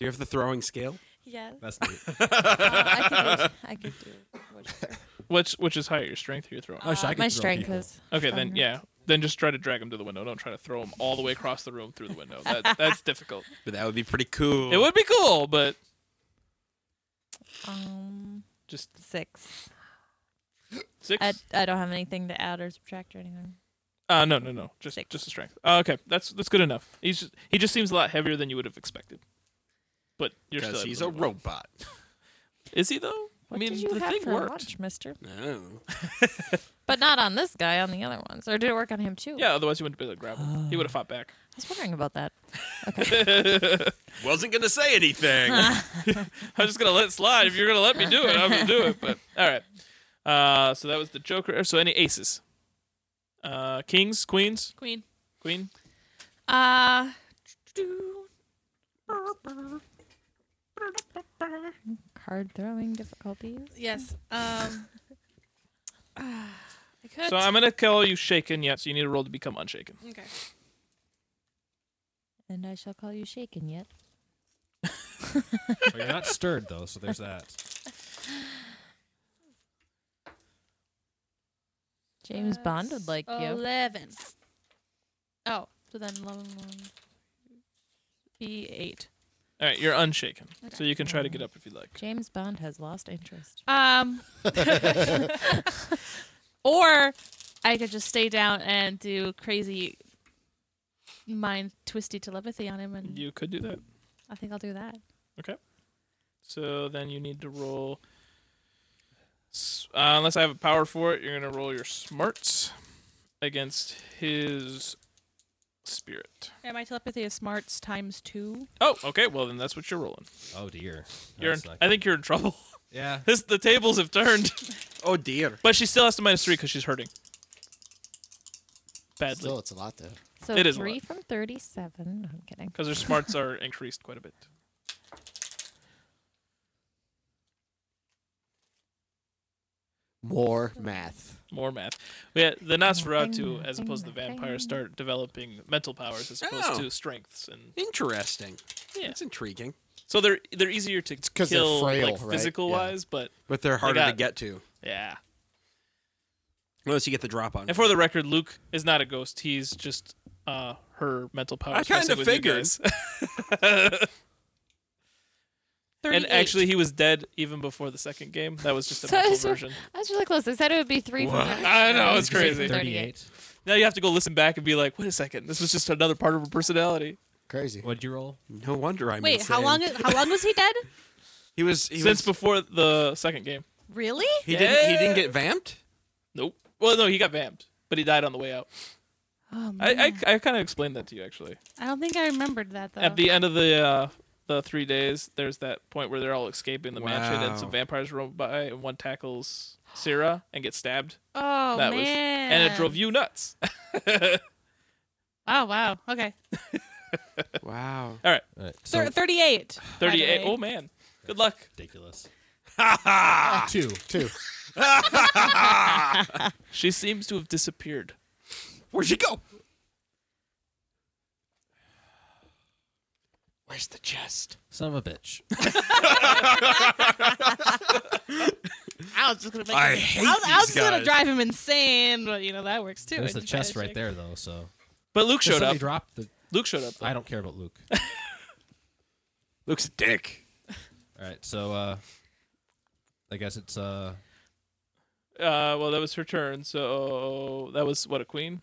C: you have the throwing scale?
F: yes.
B: That's neat.
F: I, could, I could do whatever.
A: Which which is higher, your strength or your throw?
B: I wish I
F: my
B: could throw
F: Oh, strength
B: people.
F: is.
A: Okay, then yeah, then just try to drag him to the window. Don't try to throw him all the way across the room through the window. That that's difficult.
C: But that would be pretty cool.
A: It would be cool, but
F: Um,
A: just
F: six.
A: six.
F: I, I don't have anything to add or subtract or anything.
A: Uh, no, no, no, just
F: Six.
A: just the strength. Uh, okay, that's that's good enough. He's just, he just seems a lot heavier than you would have expected. But you're "Oh." still
C: because
A: able
C: he's
A: to
C: a
A: move on.
C: robot.
A: Is he though?
F: What
A: mean,
F: did you
A: the
F: have
A: thing
F: for
A: worked.
F: lunch, Mister?
C: No.
F: But not on this guy, on the other ones. Or did it work on him too?
A: Yeah, otherwise he wouldn't be able to grab him. He would have fought back.
F: I was wondering about that.
C: Wasn't gonna say anything.
A: I'm just gonna let it slide. If you're gonna let me do it, I'm gonna do it. But all right. Uh, so that was the Joker. So any aces? Uh, kings, queens,
D: Queen.
A: queen.
D: Uh,
F: Card throwing difficulties.
D: yes. Um, ah, I could.
A: So I'm gonna call you shaken yet. So you need a roll to become unshaken.
D: okay.
F: And I shall call you shaken yet.
B: Well, you're not stirred though, so there's that.
F: James Bond
D: That's
F: would like
A: uh,
F: you.
D: Eleven. Oh, so then eleven one. B eight.
A: All right, you're unshaken. So you can try to get up if you'd like.
F: James Bond has lost interest.
D: Um, or I could just stay down and do crazy mind twisty telepathy on him, and
A: You could do that.
D: I think I'll do that.
A: So then you need to roll. s- Uh, unless I have a power for it, you're gonna roll your smarts against his spirit.
D: Yeah, my telepathy is smarts times two.
A: Oh, okay. Well, then that's what you're rolling.
B: Oh dear.
A: You're. In,
B: That's not-
A: I think you're in trouble.
B: yeah.
A: This the tables have turned.
C: oh dear.
A: But she still has to minus three because she's hurting. Badly.
E: Still, it's a lot though.
F: So
A: It is a
F: three
A: lot.
F: from thirty-seven. No, I'm kidding.
A: Because her smarts are increased quite a bit.
E: More math.
A: More math. Yeah, the Nosferatu,
F: Bing,
A: as opposed to the
F: bing,
A: vampires,
F: bing.
A: start developing mental powers as opposed
C: Oh.
A: to strengths, and
C: Interesting.
A: Yeah.
C: That's intriguing.
A: so they're they're easier to
E: 'cause they're
A: kill,
E: frail,
A: like
E: right?
A: physical
E: Yeah.
A: wise. But
C: But they're harder to
A: got-
C: get to.
A: yeah.
C: Unless you get the drop on.
A: And for the record, Luke is not a ghost. He's just uh her mental powers.
C: I kinda
A: messing with you
C: figured.
A: guys. and
D: 38.
A: actually, he was dead even before the second game. That was just a
F: So
A: mental
F: it's-
A: version.
F: I was really close. They said it would be three. From
A: I know it's crazy.
B: 38.
A: Now you have to go listen back and be like, wait a second, this was just another part of her personality.
E: Crazy.
B: What'd you roll?
C: no wonder I'm.
D: wait, how
C: insane.
D: long? is- How long was he dead?
C: He was. He
A: Since
C: was,
A: before the second game.
D: Really?
C: He didn't. He
A: Yeah.
C: didn't get vamped.
A: Nope. Well, no, he got vamped, but he died on the way out.
D: Oh, man.
A: I I, I kind of explained that to you actually.
D: I don't think I remembered that though.
A: At the end of the uh, the three days, there's that point where they're all escaping the mansion,
C: Wow.
A: and some vampires roam by, and one tackles Sarah and gets stabbed.
D: oh
A: that
D: man.
A: was, and it drove you nuts.
D: Oh wow. Okay.
C: Wow.
B: All right, Uh, so
D: Thir- Thirty-eight. by the
A: Thirty-eight.
D: way.
A: Oh man. Good luck.
B: ridiculous. Two.
E: Two.
A: She seems to have disappeared.
C: Where'd she go?
E: Where's the chest?
B: Son of a bitch.
D: I was just gonna make.
C: I
D: him-
C: hate
D: I was, I was
C: these
D: just
C: guys.
D: gonna drive him insane, but you know that works too.
B: There's the
D: I just gotta
B: chest right
D: check.
B: there though. So
A: But Luke showed
B: Somebody
A: up.
B: dropped the.
A: Luke showed up.
B: I don't care about Luke.
C: Luke's a dick.
B: All right, so uh, I guess it's uh,
A: Uh, well, that was her turn. So that was what a queen.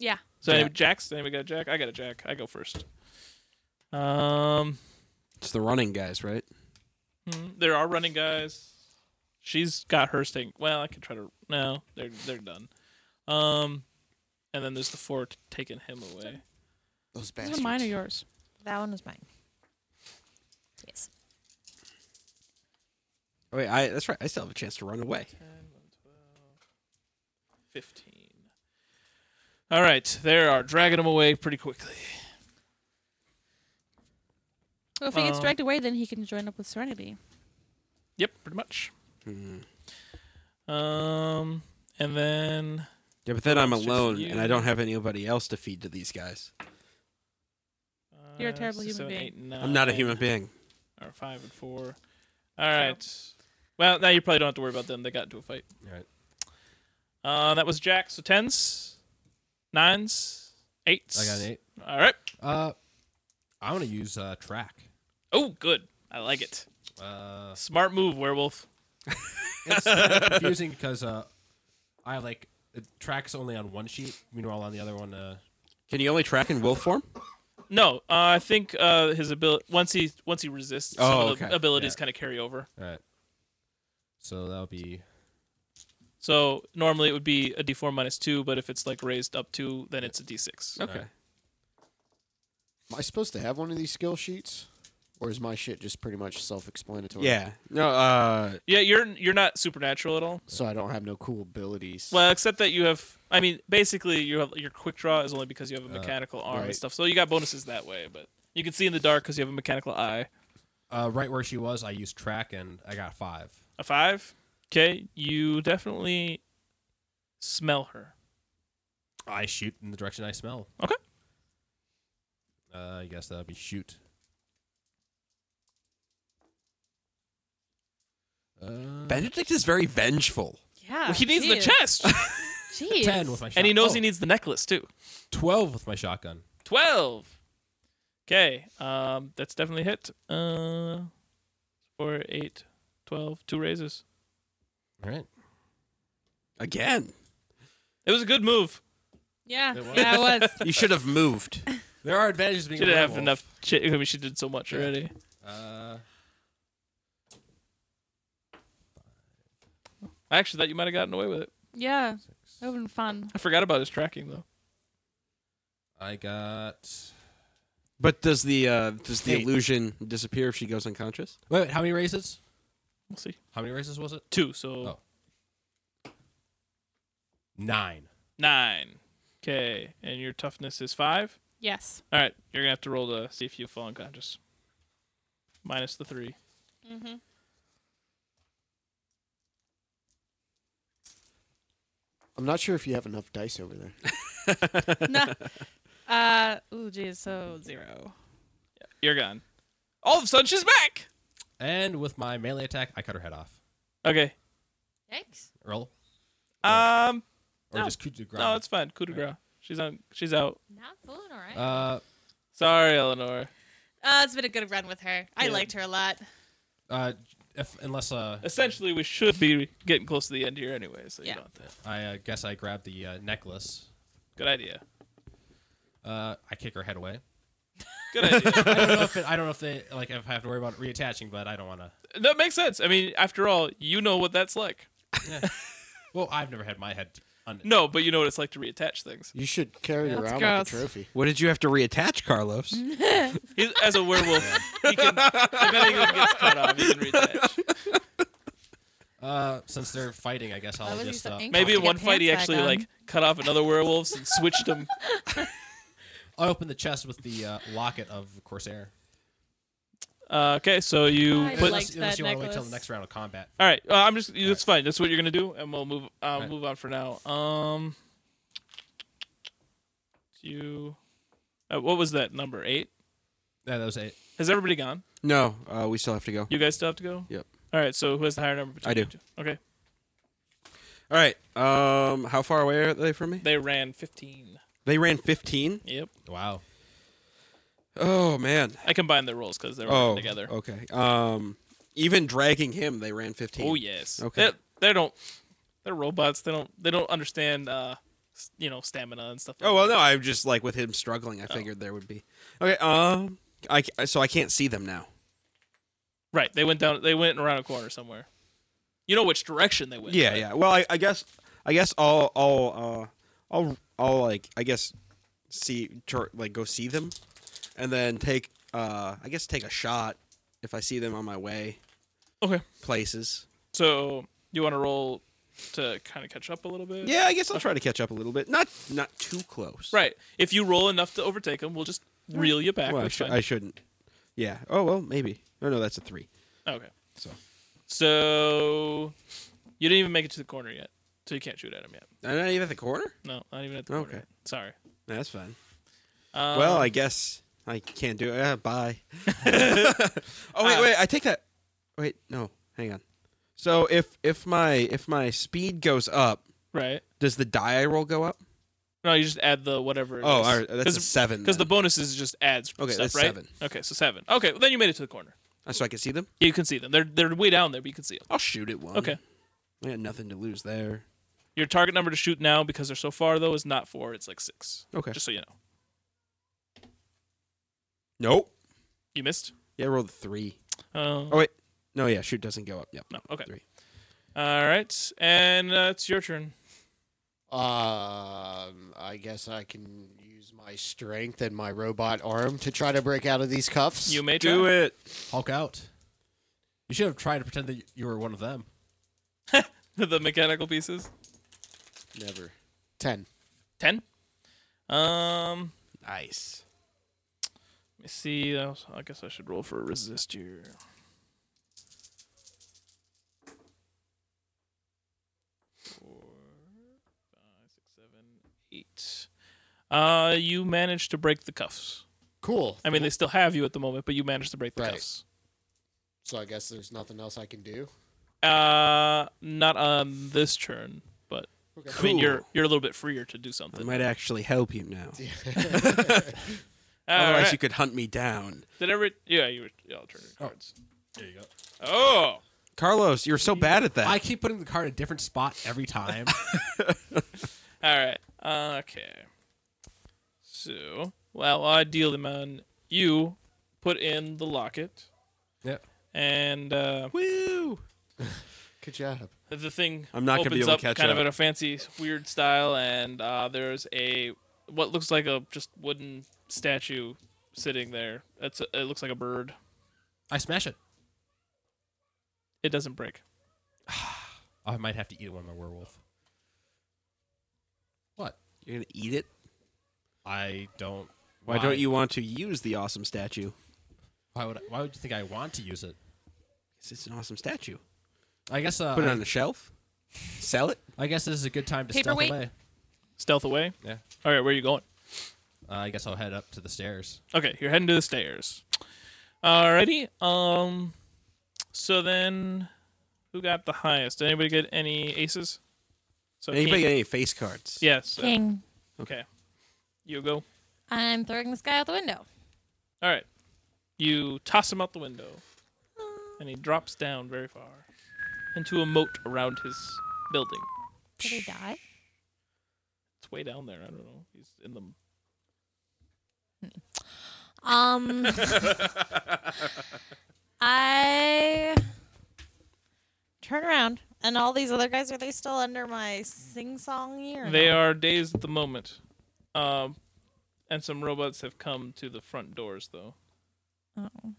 D: Yeah.
A: So
B: Jack.
A: anybody, Jack's. Anybody got a Jack? I got a Jack. I go first. Um,
C: It's the running guys, right?
A: hmm, there are running guys. She's got her stink. Well, I can try to. No, they're they're done. Um, and then there's the four t- taking him away.
E: Those
D: Is
E: bastards.
D: it mine or yours?
F: That one was mine. Yes.
C: Oh, wait, I. That's right. I still have a chance to run away.
A: 10, 15. All right, they are dragging him away pretty quickly.
D: Well, if he gets
A: Um,
D: dragged away, then he can join up with Serenity.
A: Yep, pretty much.
C: Hmm.
A: Um, and then
C: Yeah, but then I'm
A: It's just
C: alone
A: you.
C: and I don't have anybody else to feed to these guys.
A: uh,
D: You're a terrible
A: six,
D: human
A: seven,
D: being.
A: eight, nine.
C: I'm not a human being.
A: Or five and four. All right. Well, now you probably don't have to worry about them. They got into a fight.
B: all right.
A: Uh, that was Jack. So tens, nines, eights.
B: I got an eight.
A: All right.
B: Uh, I want to use uh, track.
A: Oh, good. I like it.
B: Uh,
A: Smart move, werewolf.
B: it's kinda confusing because uh, I like it tracks only on one sheet. Meanwhile, on the other one, uh,
C: Can you only track in will form?
A: No, uh, I think uh, his ability once he once he resists, some
C: Oh,
A: of the
C: okay.
A: abilities
B: Yeah.
A: kind of carry over.
B: all right. So that'll be
A: So normally it would be a d4 minus two, but if it's like raised up two, then it's a d6.
C: Okay.
E: Am I supposed to have one of these skill sheets, or is my shit just pretty much self-explanatory?
C: Yeah. No. Uh.
A: Yeah, you're you're not supernatural at all.
E: So I don't have no cool abilities.
A: Well, except that you have. I mean, basically, you have your quick draw is only because you
B: Uh,
A: have a mechanical arm and
E: right.
A: stuff. So you got bonuses that way, but you can see in the dark because you have a mechanical eye.
B: uh, right where she was. I used track and I got five.
A: A five. Okay, you definitely smell her.
B: I shoot in the direction I smell.
A: Okay.
B: Uh, I guess that'll be shoot. Uh,
C: Benedict is very vengeful.
D: Yeah.
A: Well, he needs the
D: jeez.
A: chest,
F: Jeez.
B: ten with my shotgun.
A: and he knows
B: oh,
A: he needs the necklace too.
B: twelve with my shotgun.
A: 12. Okay. Um, that's definitely a hit. Uh, 4, 8, 12, two raises.
B: All right.
C: Again.
A: It was a good move.
D: Yeah.
B: It was.
D: Yeah, it was.
C: You should have moved.
B: There are advantages to being
A: She
B: a
A: didn't have
B: werewolf.
A: enough. Chi- I mean, she did so much already.
B: Uh,
A: I actually thought you might have gotten away with it.
D: Yeah. That
B: six.
D: would have been fun.
A: I forgot about his tracking, though.
B: I got.
C: But does the uh, does the
B: Eight.
C: illusion disappear if she goes unconscious?
B: Wait, wait, how many races?
A: We'll see.
B: How many races was it?
A: Two, so
B: Oh. Nine.
A: nine. Okay. And your toughness is five.
D: Yes.
A: All right. You're going to have to roll to see if you fall unconscious. Minus the three.
D: Mm-hmm.
E: I'm not sure if you have enough dice over there.
D: no. Uh, ooh, geez, so zero.
A: You're gone. All of a sudden, she's back.
B: And with my melee attack, I cut her head off.
A: Okay.
F: Yikes.
B: Roll.
A: Um,
B: Or
A: No.
B: just coup de grace.
A: no, it's fine. Coup de grace. She's on. She's out.
F: Not fooling, all right.
B: Uh,
A: Sorry, Eleanor.
D: Uh, it's been a good run with her. I
A: Yeah.
D: liked her a lot.
B: uh, if, unless uh,
A: Essentially, we should be getting close to the end here anyway, so
D: Yeah.
A: you don't have to.
B: I uh, guess I grab the uh, necklace.
A: Good idea.
B: Uh, I kick her head away.
A: Good idea.
B: I don't know if it, I don't know if they like if I have to worry about reattaching, but I don't want to.
A: that makes sense. I mean, after all, you know what that's like.
B: Well, I've never had my head. Un-
A: No, but you know what it's like to reattach things.
E: You should carry it
D: That's
E: around
D: gross.
E: like a trophy.
C: What did you have to reattach, Carlos?
A: He's, as a werewolf, he can, if anything gets cut off, he can reattach.
B: Uh, since they're fighting, I guess I'll
F: was he
B: just
F: so
B: uh,
F: angry?
A: Maybe
F: To
A: in
F: get
A: one fight, he
F: pants back
A: actually
F: on.
A: like cut off another werewolf's and switched them.
B: I'll open the chest with the uh, locket of Corsair.
A: Uh, okay, so you
D: I
A: put.
D: liked
B: unless, unless
D: that
B: you want to wait till
D: necklace.
B: the next round of combat.
A: All right, uh, I'm just. That's
B: right.
A: fine. That's what you're gonna do, and we'll move. Uh,
B: right.
A: Move on for now. Um, you. Uh, what was that number eight?
B: Yeah, that was it.
A: Has everybody gone?
C: No, uh, we still have to go.
A: You guys still have to go?
C: Yep.
A: All right, so who has the higher number? between
C: I do.
A: you two? Okay.
C: All right. Um, how far away are they from me?
A: They ran 15.
C: They ran 15.
A: Yep.
B: Wow.
C: Oh man.
A: I combined their rolls because they were
C: Oh.
A: together.
C: Okay. Um, even dragging him, they ran 15.
A: Oh, yes.
C: Okay.
A: They, they don't. They're robots. They don't. They don't understand. Uh, s- you know, stamina and stuff. Like
C: Oh well, no, I'm just like with him struggling. I figured there would be. Okay. Um, I ca- so I can't see them now.
A: that. Right. They went down. They went around a corner somewhere. You know which direction they went.
C: Yeah,
A: right?
C: yeah. Well, I, I guess I guess I'll I'll uh, I'll I'll like I guess see tur like go see them, and then take uh I guess take a shot if I see them on my way
A: Okay.
C: places.
A: So you want to roll to kind of catch up a little bit?
C: Yeah, I guess I'll try to catch up a little bit. Not not too close.
A: Right. If you roll enough to overtake them, we'll just reel you back.
C: Well, I,
A: that's
C: shou-
A: fine.
C: I shouldn't. Yeah. Oh well, maybe. No, no, that's a three.
A: Okay.
C: So.
A: So you didn't even make it to the corner yet, so you can't shoot at him yet.
C: I'm not even at the corner.
A: No, not even at the corner.
C: Okay.
A: yet. Sorry.
C: That's fine.
A: Um,
C: well, I guess I can't do it. Ah, bye. oh wait,
A: Uh,
C: wait. I take that. Wait, no. Hang on. So if if my if my speed goes up,
A: right.
C: does the die I roll go up?
A: No, you just add the whatever. it
C: Oh,
A: is.
C: all right, that's a seven.
A: Because the
C: then.
A: bonus is just adds.
C: Okay,
A: stuff,
C: that's
A: right?
C: seven.
A: Okay, so seven. Okay, well, then you made it to the corner.
C: Uh, so I can see them.
A: You can see them. They're they're way down there, but you can see them.
C: I'll shoot at one.
A: Okay.
C: I got nothing to lose there.
A: Your target number to shoot now, because they're so far though, is not four. It's like six.
C: Okay.
A: Just so you know,
C: Nope.
A: you missed.
C: Yeah, I rolled a three.
A: Uh,
C: Oh wait. No, yeah, shoot doesn't go up. Yep.
A: No. Okay.
C: Three.
A: All right, and uh, it's your turn.
E: Um, I guess I can use my strength and my robot arm to try to break out of these cuffs.
A: You may
C: Do
A: try.
C: it.
B: Hulk out. You should have tried to pretend that you were one of them.
A: the mechanical pieces.
E: Never. Ten.
A: Ten. Um,
C: Nice.
A: let me see. I was- I guess I should roll for a resist here. Four, five, six, seven, eight. Uh, you managed to break the cuffs.
E: Cool.
A: I mean, they still have you at the moment, but you managed to break the
E: Right.
A: cuffs.
E: So I guess there's nothing else I can do.
A: Uh, not on this turn, but
E: Okay.
A: I mean, you're
C: Cool.
A: you're a little bit freer to do
C: I
A: something.
C: might actually help you now.
A: All
C: Otherwise,
A: right.
C: you could hunt me down.
A: Did every yeah you were yeah, I'll turn your
B: Oh.
A: cards.
B: There you go.
A: Oh,
C: Carlos, you're so bad at that.
B: I keep putting the card in a different spot every time.
A: all right. Okay. So, well, I deal them on you. Put in the locket
B: yep.
A: and uh, woo.
E: Good job.
A: The thing
C: I'm not gonna
A: opens
C: be able to
A: up
C: catch
A: kind of
C: up.
A: in a fancy, weird style, and uh, there's a what looks like a just wooden statue sitting there. It's a, it looks like a bird.
B: I smash it.
A: It doesn't break.
B: I might have to eat one of my werewolf. What?
C: You're gonna eat it.
B: I don't.
C: Why, don't you want to use the awesome statue?
B: Why would? Why would you think I want to use it?
C: 'Cause it's an awesome statue.
B: I guess. Uh,
C: Put it
B: I,
C: on the shelf. Sell it.
B: I guess this is a good time to stealth
D: Paperweight?
B: away.
A: Stealth away.
B: Yeah.
A: All right, where are you going?
B: Uh, I guess I'll head up to the stairs.
A: Okay, you're heading to the stairs. Alrighty. Um. So then, who got the highest? Did anybody get any aces? So
C: Anybody
A: King-
C: get any face cards?
A: Yes. uh,
F: King.
A: Okay. You go.
F: I'm throwing this guy out the window.
A: All right. You toss him out the window, and he drops down very far into a moat around his building.
F: Did he die?
A: It's way down there. I don't know. He's in the.
F: Um, I turn around, and all these other guys are they still under my sing song ear?
A: They are dazed at the moment, um, and some robots have come to the front doors though
F: Oh.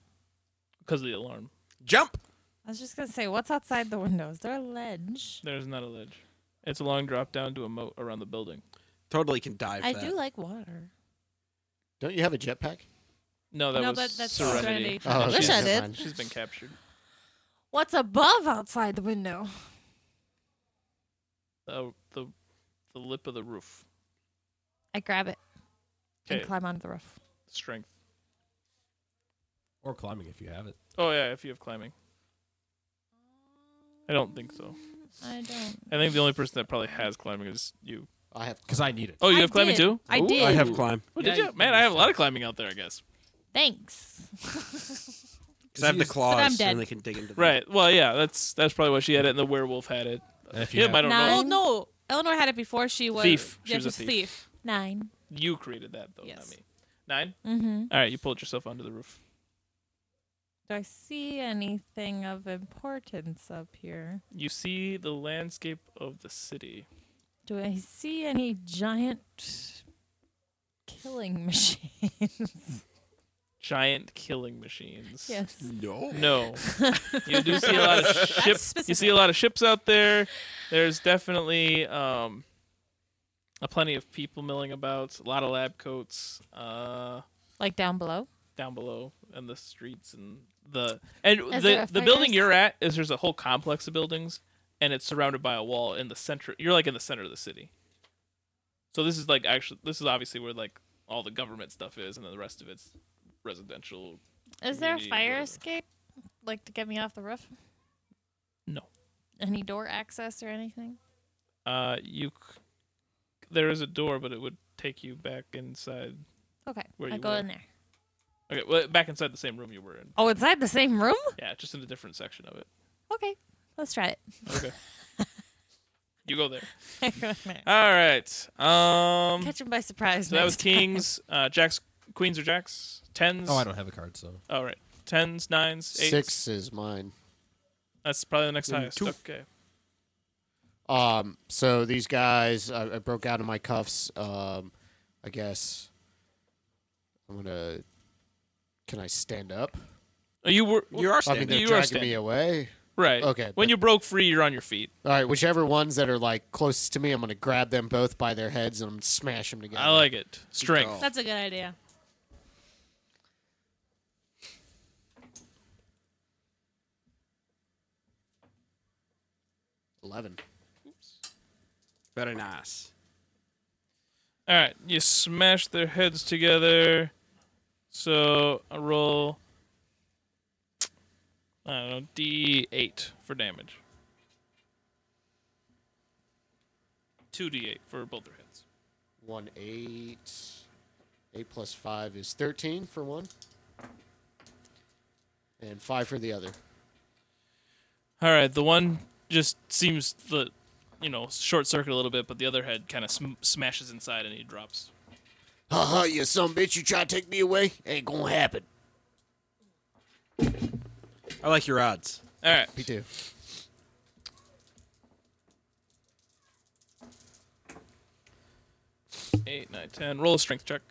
A: because of the alarm.
C: Jump.
F: I was just gonna say, what's outside the window? Is there a ledge?
A: There's not a ledge. It's a long drop down to a moat around the building.
C: Totally can dive.
F: I
C: that.
F: do like water.
E: Don't you have a jetpack?
A: No, that
D: no,
A: was
D: but that's
A: Serenity.
D: serenity.
E: Oh,
F: Wish
E: okay,
F: I
E: never
F: did.
E: mind.
A: She's been captured.
F: What's above outside the window?
A: The, the the lip of the roof.
F: I grab it
A: Okay,
F: and climb onto the roof.
A: strength.
B: Or climbing if you have it.
A: Oh yeah, if you have climbing. I don't think so.
F: I don't.
A: I think the only person that probably has climbing is you.
E: I have.
B: Because I need it.
A: Oh, you
F: I
A: have climbing
F: did.
A: too.
F: I
A: Ooh.
F: did.
C: I have climb.
A: Oh,
B: Yeah,
A: did
B: you
A: you? Man,
B: can
A: I have a
B: use
A: lot of climbing out there. I guess.
F: Thanks.
C: Because I have the
F: I'm
C: claws
F: dead.
C: and they can dig into. Them.
A: Right. Well, yeah. That's that's probably why she had it, and the werewolf had it.
B: And if you
A: Him,
B: have-
A: I don't know.
D: Well,
F: Nine.
D: no, Eleanor had it before she was
A: Thief.
D: Yeah,
A: She was a
D: she's
A: thief.
F: Nine.
A: You created that though, not
D: Yes.
A: me. Nine.
F: Mm-hmm.
A: All right, you pulled yourself onto the roof.
F: Do I see anything of importance up here?
A: You see the landscape of the city.
F: Do I see any giant killing machines?
A: giant killing machines.
F: yes.
C: No.
A: No. you do see a lot of ships. You see a lot of ships out there. There's definitely um, a plenty of people milling about. A lot of lab coats uh,
F: Like down below?
A: down below and the streets and the and
F: Is there
A: the
F: a
A: the building
F: fire?
A: you're at is there's a whole complex of buildings and it's surrounded by a wall in the center. You're like in the center of the city. So this is like actually this is obviously where like all the government stuff is and then the rest of it's residential
F: Is there a
A: Maybe
F: fire
A: the-
F: escape? Like to get me off the roof?
A: No.
F: Any door access or anything?
A: Uh, you. c- There is a door, but it would take you back inside.
F: Okay.
A: Where
F: I
A: you
F: go
A: were.
F: in there.
A: Okay, well, back inside the same room you were in.
F: Oh, inside the same room?
A: Yeah, just in a different section of it.
F: Okay. Let's try it.
A: Okay. you go there.
F: I go in there.
A: All right. Um.
F: Catch him by surprise.
A: so that was
F: next time.
A: kings, uh, jacks, queens or jacks, tens.
B: Oh, I don't have a card, so
A: All right. Tens, nines, eights.
E: Six is mine.
A: That's probably the next
C: Then
A: highest.
C: two.
A: Okay.
E: Um, so these guys, I, I broke out of my cuffs. Um, I guess I'm gonna. Can I stand up?
A: Oh, You were
C: You are
E: I mean,
C: standing.
E: they're
A: You are
E: dragging me
A: standing.
E: away.
A: right.
E: okay,
A: When
E: but-
A: you broke free, you're on your feet.
E: All right, whichever ones that are like closest to me, I'm gonna grab them both by their heads and I'm gonna smash them together.
A: I like it. Strength.
D: That's a good idea.
E: eleven.
C: Very nice.
A: All right, you smash their heads together. So I roll. I don't know, D8 for damage. 2D8 for both their heads.
E: One eight. Eight plus five is thirteen for one, and five for the other.
A: All right, the one just seems the, you know, short circuit a little bit, but the other head kind of sm- smashes inside and he drops.
E: Ha ha! You some bitch! You try to take me away? Ain't gonna happen.
C: I like your odds.
A: All right,
E: Me too.
A: eight, nine, ten. Roll a strength check.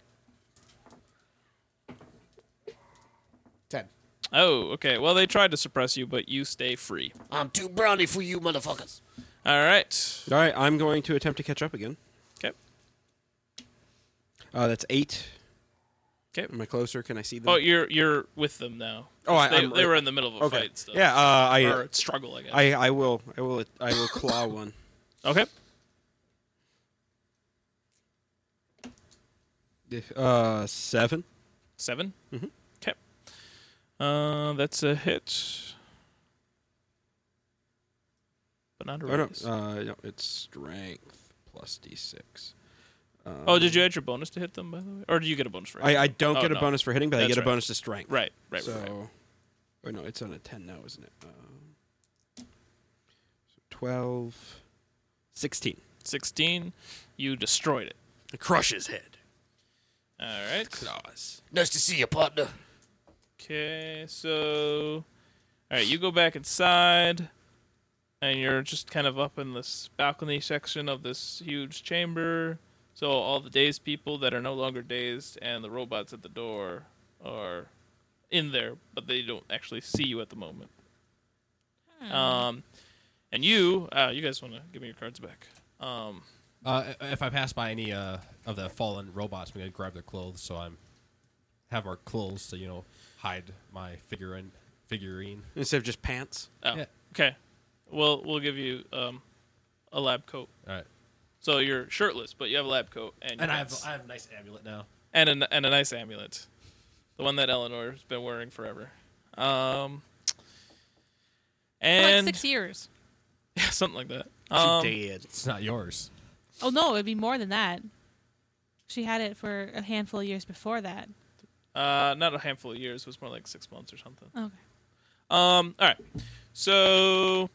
E: Ten.
A: Oh, okay. Well, they tried to suppress you, but you stay free.
E: I'm too brownie for you, motherfuckers.
A: All right.
C: All right, I'm going to attempt to catch up again.
A: Okay.
C: Uh, that's eight.
A: 'Kay.
C: Am I closer? Can I see them?
A: Oh, you're you're with them now.
C: Oh, I-
A: they,
C: I'm-
A: they were in the middle of a
C: okay.
A: fight. So.
C: Yeah. Uh, I,
A: Or struggle, I guess.
C: I I will I will I will claw one.
A: okay.
C: Uh, seven.
A: 7
C: Mhm.
A: Okay. Uh, that's a hit. But not a
C: Oh, no,
A: raise.
C: uh, no, it's strength plus d6. Um,
A: oh, did you add your bonus to hit them by the way, or do you get a bonus for?
C: I,
A: hitting?
C: I don't
A: Oh,
C: get a
A: no.
C: bonus for hitting, but I
A: That's
C: get a
A: right.
C: bonus to strength.
A: Right, right,
C: so,
A: right, right.
C: or no, it's on a ten now, isn't it? Uh, so 12, 16.
A: Sixteen. You destroyed it.
C: Crush his head.
A: All right.
C: Claws.
E: Nice to see you, partner.
A: Okay. So, all right. You go back inside, and you're just kind of up in this balcony section of this huge chamber. So all the dazed people that are no longer dazed, and the robots at the door are in there, but they don't actually see you at the moment.
B: Hmm.
A: Um, and you, uh, you guys want to give me your cards back? Um,
B: Uh, i- if I pass by any uh, of the fallen robots, I'm gonna grab their clothes. So I'm have our clothes to you know hide my figurine. Figurine.
C: Instead of just pants.
A: oh,
B: Yeah.
A: okay. We'll we'll give you um, a lab coat.
B: All right.
A: So you're shirtless, but you have a lab coat and
B: And I have
A: pants.
B: I have a nice amulet now.
A: and a, and a nice amulet, the one that Eleanor's been wearing forever. Um,
D: For
A: and
D: like six years.
A: something like that. Um,
C: she did.
B: It's not yours.
D: Oh no, it'd be more than that. She had it for a handful of years before that.
A: uh, not a handful of years. It was more like six months or something.
D: Okay.
A: Um, all right. So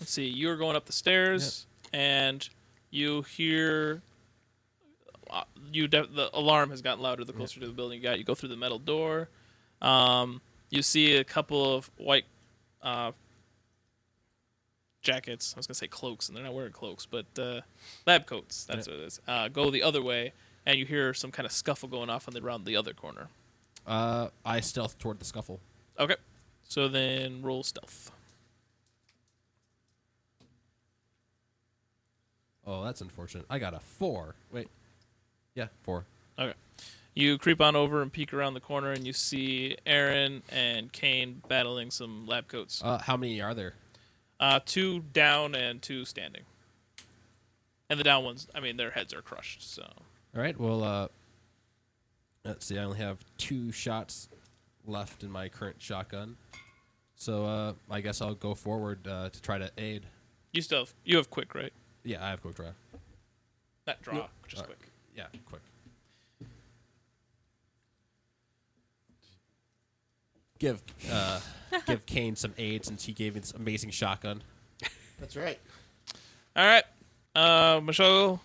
A: let's see. You are going up the stairs, and you hear uh, you de- the alarm has gotten louder the closer to the building you got. You go through the metal door. Um, you see a couple of white uh, jackets. I was gonna say cloaks, and they're not wearing cloaks, but uh, lab coats. That's what it is. Uh, go the other way, and you hear some kind of scuffle going off on the around the other corner.
B: Uh, I stealth toward the scuffle.
A: Okay. So then roll stealth.
B: Oh, that's unfortunate. I got a four. Wait. Yeah, four.
A: Okay. You creep on over and peek around the corner, and you see Aaron and Kane battling some lab coats.
B: Uh, how many are there?
A: Uh, two down and two standing. And the down ones, I mean, their heads are crushed. So
B: All right. Well, uh, let's see. I only have two shots left in my current shotgun, so uh, I guess I'll go forward uh, to try to aid.
A: you still have, you have quick, right?
B: Yeah, I have quick draw.
A: Not draw, just
B: All right.
A: quick.
B: Yeah, quick. Give uh, give Kane some aid since he gave me this amazing shotgun.
E: That's right.
A: All right. Uh, Michelle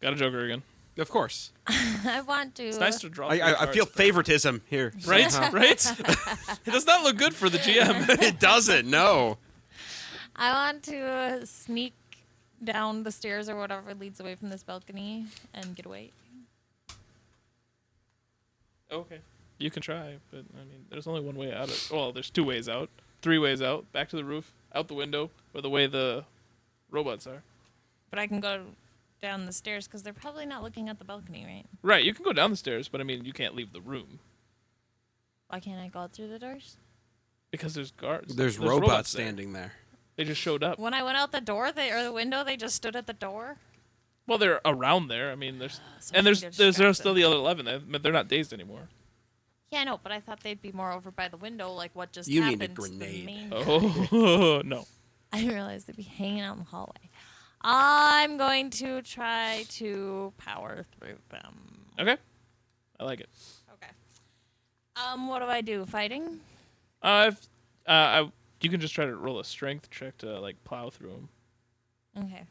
A: got a Joker again.
C: Of course.
F: I want to.
A: It's nice to draw.
C: I,
A: three
C: I, I
A: cards,
C: feel
A: but-
C: favoritism here.
A: Oh, Right, right. it does not look good for the GM.
C: it doesn't. No.
F: I want to uh, sneak down the stairs or whatever leads away from this balcony and get away.
A: Okay. You can try, but I mean, there's only one way out. Of, well, there's two ways out, three ways out. Back to the roof, out the window, or the way the robots are.
F: But I can go down the stairs because they're probably not looking at the balcony, right?
A: Right. You can go down the stairs, but I mean, you can't leave the room
F: Why can't I go out through the doors?
A: because there's guards.
C: There's, robots,
A: there.
C: standing there.
A: They just showed up.
F: When I went out the door, they or the window, they just stood at the door.
A: Well, they're around there. I mean, there's
F: So I
A: and there's
F: think they're
A: there's, there's still
F: distracted.
A: the other eleven. They're- but They're not dazed anymore.
F: Yeah, I know, but I thought they'd be more over by the window, like what just
C: You
F: happened.
C: need a
F: to the
C: grenade.
F: main-
A: Oh no.
F: I didn't realize they'd be hanging out in the hallway. I'm going to try to power through them.
A: Okay. I like it.
F: Okay. Um, what do I do? Fighting?
A: Uh, if, uh, I, you can just try to roll a strength check to like plow through them.
F: Okay.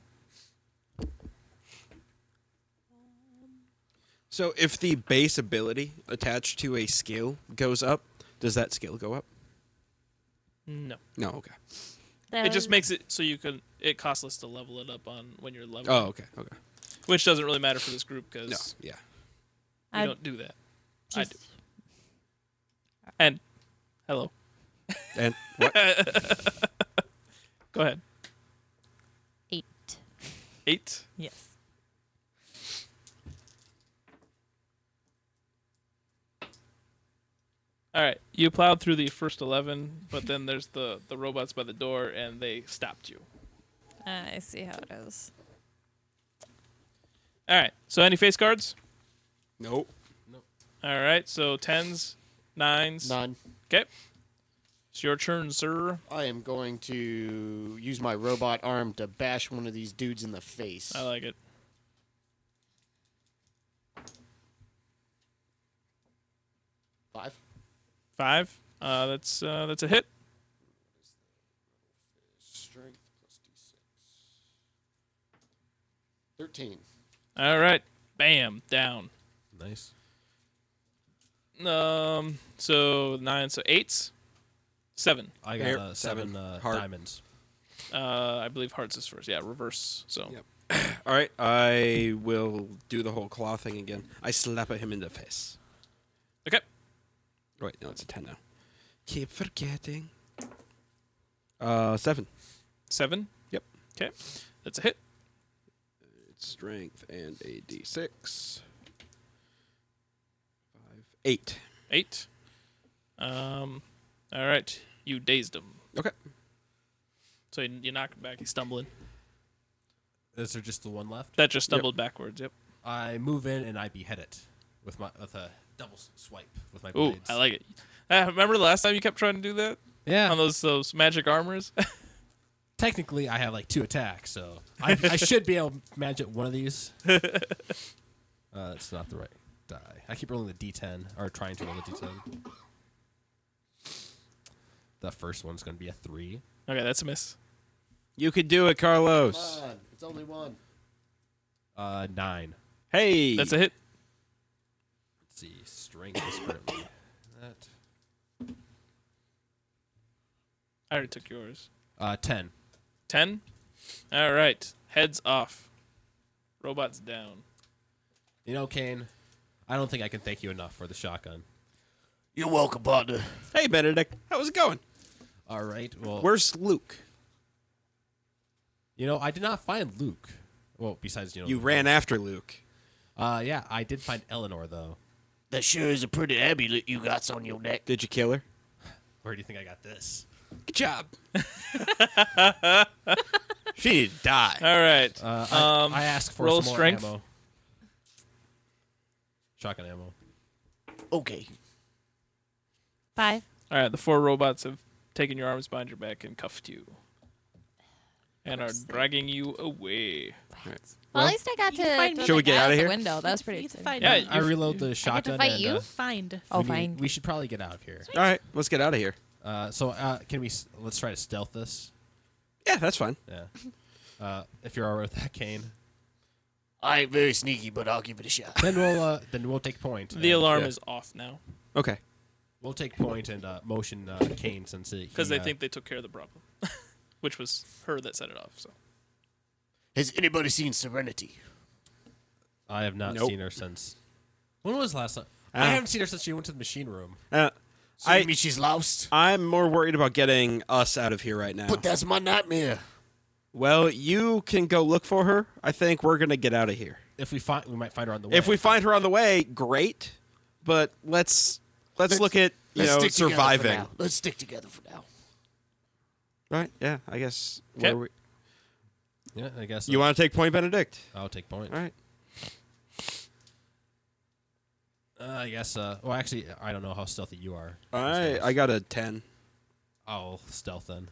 C: So if the base ability attached to a skill goes up, does that skill go up?
A: No,
C: No, okay.
A: it just makes it so you can. It costs less to level it up on when you're leveling,
C: Oh, okay, okay.
A: which doesn't really matter for this group because
C: No, yeah.
A: we
F: I
A: don't do that. I
F: Just,
A: do. And hello,
C: And what?
A: go ahead.
F: eight.
A: Eight.
F: Yes.
A: All right, you plowed through the first eleven, but then there's the the robots by the door, and they stopped you.
F: Uh, I see how it is.
A: All right, so any face cards?
C: nope.
A: All right, so tens, nines.
E: None.
A: Okay, it's your turn, sir.
E: I am going to use my robot arm to bash one of these dudes in the face.
A: I like it.
E: Five.
A: Five. Uh, that's uh, that's a hit.
E: Strength plus d6. Thirteen.
A: All right, bam, down.
B: Nice.
A: Um, so nine, so eights, seven.
B: I got
C: Air-
B: uh, seven,
C: seven,
B: uh,
C: heart.
B: diamonds.
A: Uh, I believe hearts is first. Yeah, reverse. So
C: Yep. All right, I will do the whole claw thing again. I slap at him in the face.
A: okay,
C: Wait, no, it's a 10 now. Keep forgetting. Uh, 7.
A: seven.
C: Yep.
A: Okay, that's a hit.
C: It's strength and a d6. 5, 8.
A: Eight. Um, all right, you dazed him.
C: Okay.
A: So you, you knock him back. He's stumbling.
B: Is there just the one left?
A: That just stumbled backwards. Yep.
B: I move in and I behead it with my with a double s- swipe with my
A: Ooh,
B: blades.
A: I like it. Uh, remember the last time you kept trying to do that
B: Yeah.
A: on those those magic armors?
B: Technically, I have like two attacks, so I, I should be able to magic one of these. uh, it's not the right die. I keep rolling the d10 or trying to roll the d10. The first one's going to be a three.
A: okay, that's a miss.
C: You could do it, Carlos.
E: One. It's only one.
B: Uh, nine.
C: Hey.
A: That's a hit.
B: Let's see, strength is currently that.
A: I already took yours.
B: Uh, ten.
A: 10. All right. Heads off. Robots down.
B: You know, Kane, I don't think I can thank you enough for the shotgun.
E: You're welcome, partner.
C: Hey, Benedict. Oh. How's it going?
B: All right. Well,
C: Where's Luke?
B: you know, I did not find Luke. Well, besides you know,
C: You ran after Luke.
B: Uh, yeah, I did find Eleanor though.
E: That sure is a pretty amulet you got on your neck.
C: Did you kill her?
B: Where do you think I got this?
C: Good job. she did not die.
A: All right.
B: Uh, I,
A: Um,
B: I asked for
A: roll
B: some more
A: strength.
B: ammo. Shotgun ammo.
E: Okay.
F: Five.
A: All right. The four robots have taken your arms behind your back and cuffed you and are dragging you away.
F: Well, at least I got
D: You
F: to.
D: find
F: throw
D: me.
C: Should we
F: the
C: get
F: guy
C: outta
F: the
C: here?
F: window. That was pretty.
D: You get to
F: exciting.
D: find
A: Yeah,
D: out.
B: I reload the
F: I get
B: shotgun.
F: to fight
B: and,
F: you.
B: uh,
D: Find.
F: Oh,
B: we, need-
F: fine.
B: we should probably get out of here.
C: All right, let's get out of here.
B: Uh, so uh, can we? s- Let's try to stealth this.
C: Yeah, that's fine.
B: Yeah. Uh, if you're all right with that, Kane.
E: I ain't very sneaky, but I'll give it a shot.
B: Then we'll uh, then we'll take point.
A: The
B: and-
A: alarm
C: yeah.
A: is off now
C: Okay.
B: We'll take point and uh, motion uh, Kane since he-
A: because
B: he,
A: they
B: uh,
A: think they took care of the problem, which was her that set it off. So
E: Has anybody seen Serenity?
B: I have not
C: Nope.
B: seen her since. When was the last time?
C: Uh.
B: I haven't seen her since she went to the machine room.
C: Uh,
E: So
C: I-
E: you mean she's lost?
C: I'm more worried about getting us out of here right now.
E: But that's my nightmare.
C: Well, you can go look for her. I think we're gonna get out of here.
B: If we find, we might find her on the way.
C: If we find her on the way, great. But let's let's,
E: Let's-
C: look at you
E: Let's
C: know
E: stick together for
C: surviving.
E: now. Let's stick together for now.
C: Right? Yeah. I guess.
A: Okay.
C: where we-
B: yeah, I guess uh,
C: you want to take Point Benedict?
B: I'll take point.
C: All right.
B: Uh, I guess. Uh, well, actually, I don't know how stealthy you are.
C: I I got a ten.
B: I'll stealth then.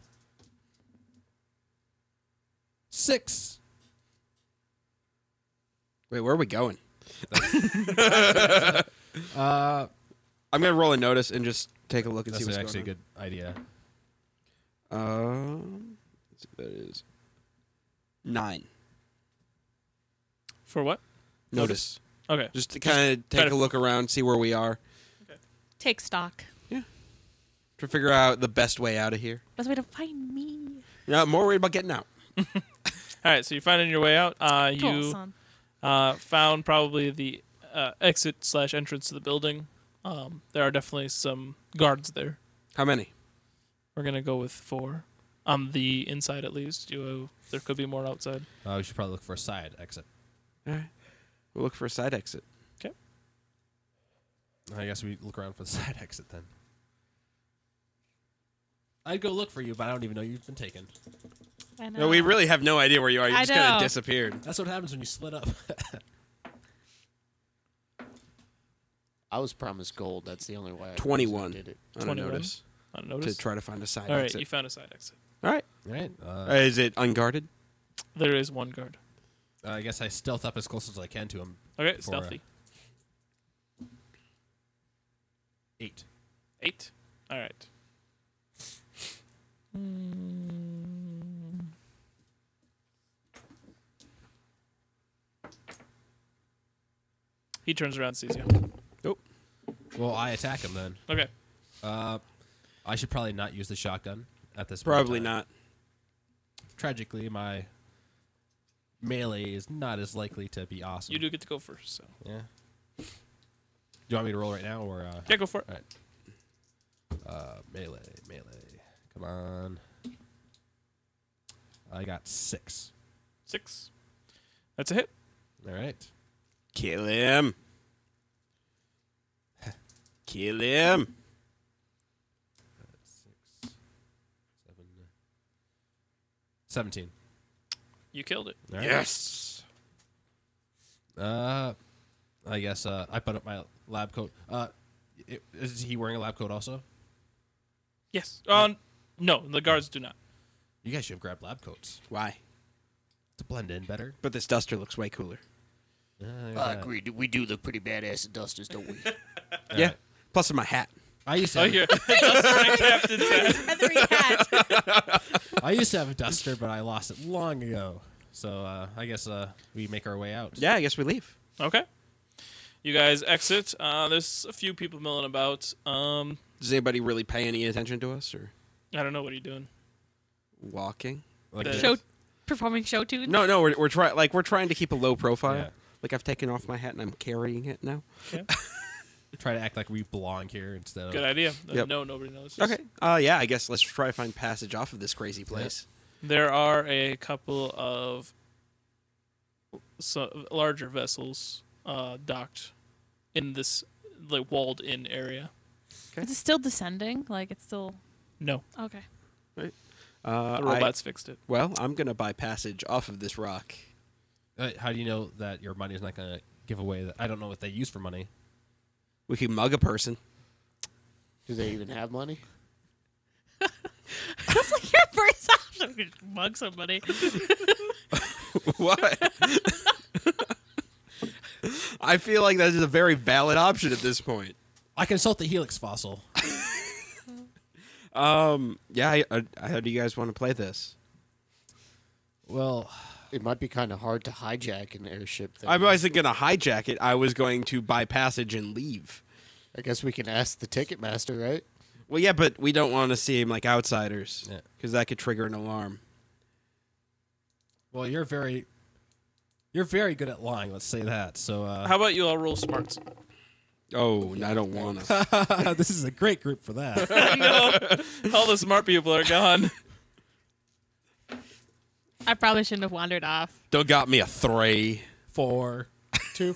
B: Six.
C: Wait, where are we going?
B: Uh,
C: I'm gonna roll a notice and just take a look and see
B: that's
C: what's
B: actually a
C: going
B: good idea.
C: on. Um, let's see what that is nine.
A: For what?
C: Notice.
A: Okay.
C: Just to kind of take
A: try to-
C: a look around, see where we are,
D: Take stock.
C: to figure out the best way out of here.
D: Best way to find me.
C: Yeah, I'm more worried about getting out.
A: All right. So you're finding your way out. Uh,
D: Cool,
A: you
D: son.
A: uh, found probably the uh, exit slash entrance to the building. Um, there are definitely some guards there.
C: How many?
A: We're gonna go with four on the inside at least. You, uh, there could be more outside.
B: Uh, we should probably look for a side exit.
C: All right. We'll look for a side exit.
B: I guess we look around for the side exit then. I'd go look for you, but I don't even know you've been taken.
D: I know.
C: No, we really have no idea where you are. You
D: I
C: just kind
D: know.
C: of disappeared.
B: That's what happens when you split up.
E: I was promised gold. That's the only way. I
C: 21.
E: did it.
C: On a
A: 21?
C: notice to
A: Unnoticed.
C: try to find a side
A: All right.
C: exit.
A: You found a side exit.
C: All right.
B: right.
C: Uh,
B: Uh,
C: is it unguarded?
A: There is one guard.
B: I guess I stealth up as close as I can to him.
A: Okay.
B: For, uh,
A: stealthy.
B: Eight.
A: Eight. All right. He turns around, and sees you.
B: Well, I attack him then.
A: Okay.
B: Uh, I should probably not use the shotgun at this. point in
C: Probably
B: time.
C: not.
B: Tragically, my melee is not as likely to be awesome.
A: You do get to go first. So
B: Yeah. Do you want me to roll right now or? Uh,
A: yeah, go for it.
B: All right. Uh, melee, melee. Come on. I got six.
A: Six. That's a hit.
B: All right.
C: Kill him. Kill him.
B: Six, seven, seventeen.
A: You killed it.
B: All right.
C: Yes.
B: Uh, I guess uh, I put up my lab coat. Uh, i- is he wearing a lab coat also?
A: Yes. Um. No, the guards do not.
B: You guys should have grabbed lab coats
C: Why?
B: to blend in better.
C: But this duster looks way cooler.
B: Uh,
E: I agree. We do look pretty badass in dusters, don't we?
B: All
C: yeah.
B: right.
C: Plus, in my hat.
B: I used to.
A: Oh,
B: Have,
A: here. That's my captain's hat.
D: Feathery hat.
B: I used to have a duster, but I lost it long ago. So uh, I guess uh, we make our way out.
C: Yeah, I guess we leave.
A: Okay. You guys exit. Uh, there's a few people milling about. Um,
C: Does anybody really pay any attention to us or
A: I don't know what are you doing.
C: walking?
B: Like
A: The-
B: this.
D: Show performing show tunes.
C: No, no, we're, we're trying like we're trying to keep a low profile.
B: Yeah.
C: Like I've taken off my hat and I'm carrying it now.
B: try to act like we belong here instead of
A: Good idea.
C: Yep.
A: No, nobody knows.
C: Okay. Uh, yeah, I guess let's try to find passage off of this crazy place.
A: There are a couple of so, larger vessels uh, docked in this like walled-in area.
D: Is it still descending? Like it's still
A: No,
D: okay.
C: Uh,
A: the
C: I-
A: robots fixed it.
C: well, I'm gonna buy passage off of this rock.
B: Uh, how do you know that your money is not going to give away that i don't know what they use for money
C: We can mug a person.
E: do they even have money?
D: That's like your first option. You could Mug somebody.
C: what? I feel like that is a very valid option at this point.
B: i consult the helix fossil
C: Um, yeah. I, I, how do you guys want to play this?
B: well
E: It might be kind of hard to hijack an airship. Thing.
C: I wasn't gonna hijack it. I was going to buy passage and leave.
E: I guess we can ask the Ticketmaster, right?
C: Well, yeah, but we don't want to seem like outsiders
B: Yeah.
C: because that could trigger an alarm.
B: well you're very You're very good at lying. Let's say that. So uh,
A: How about you all roll smarts?
C: Oh, I don't want to.
B: uh, this is a great group for that.
A: all the smart people are gone.
D: I probably shouldn't have wandered off.
C: Still got me a three.
B: Four,
E: Two.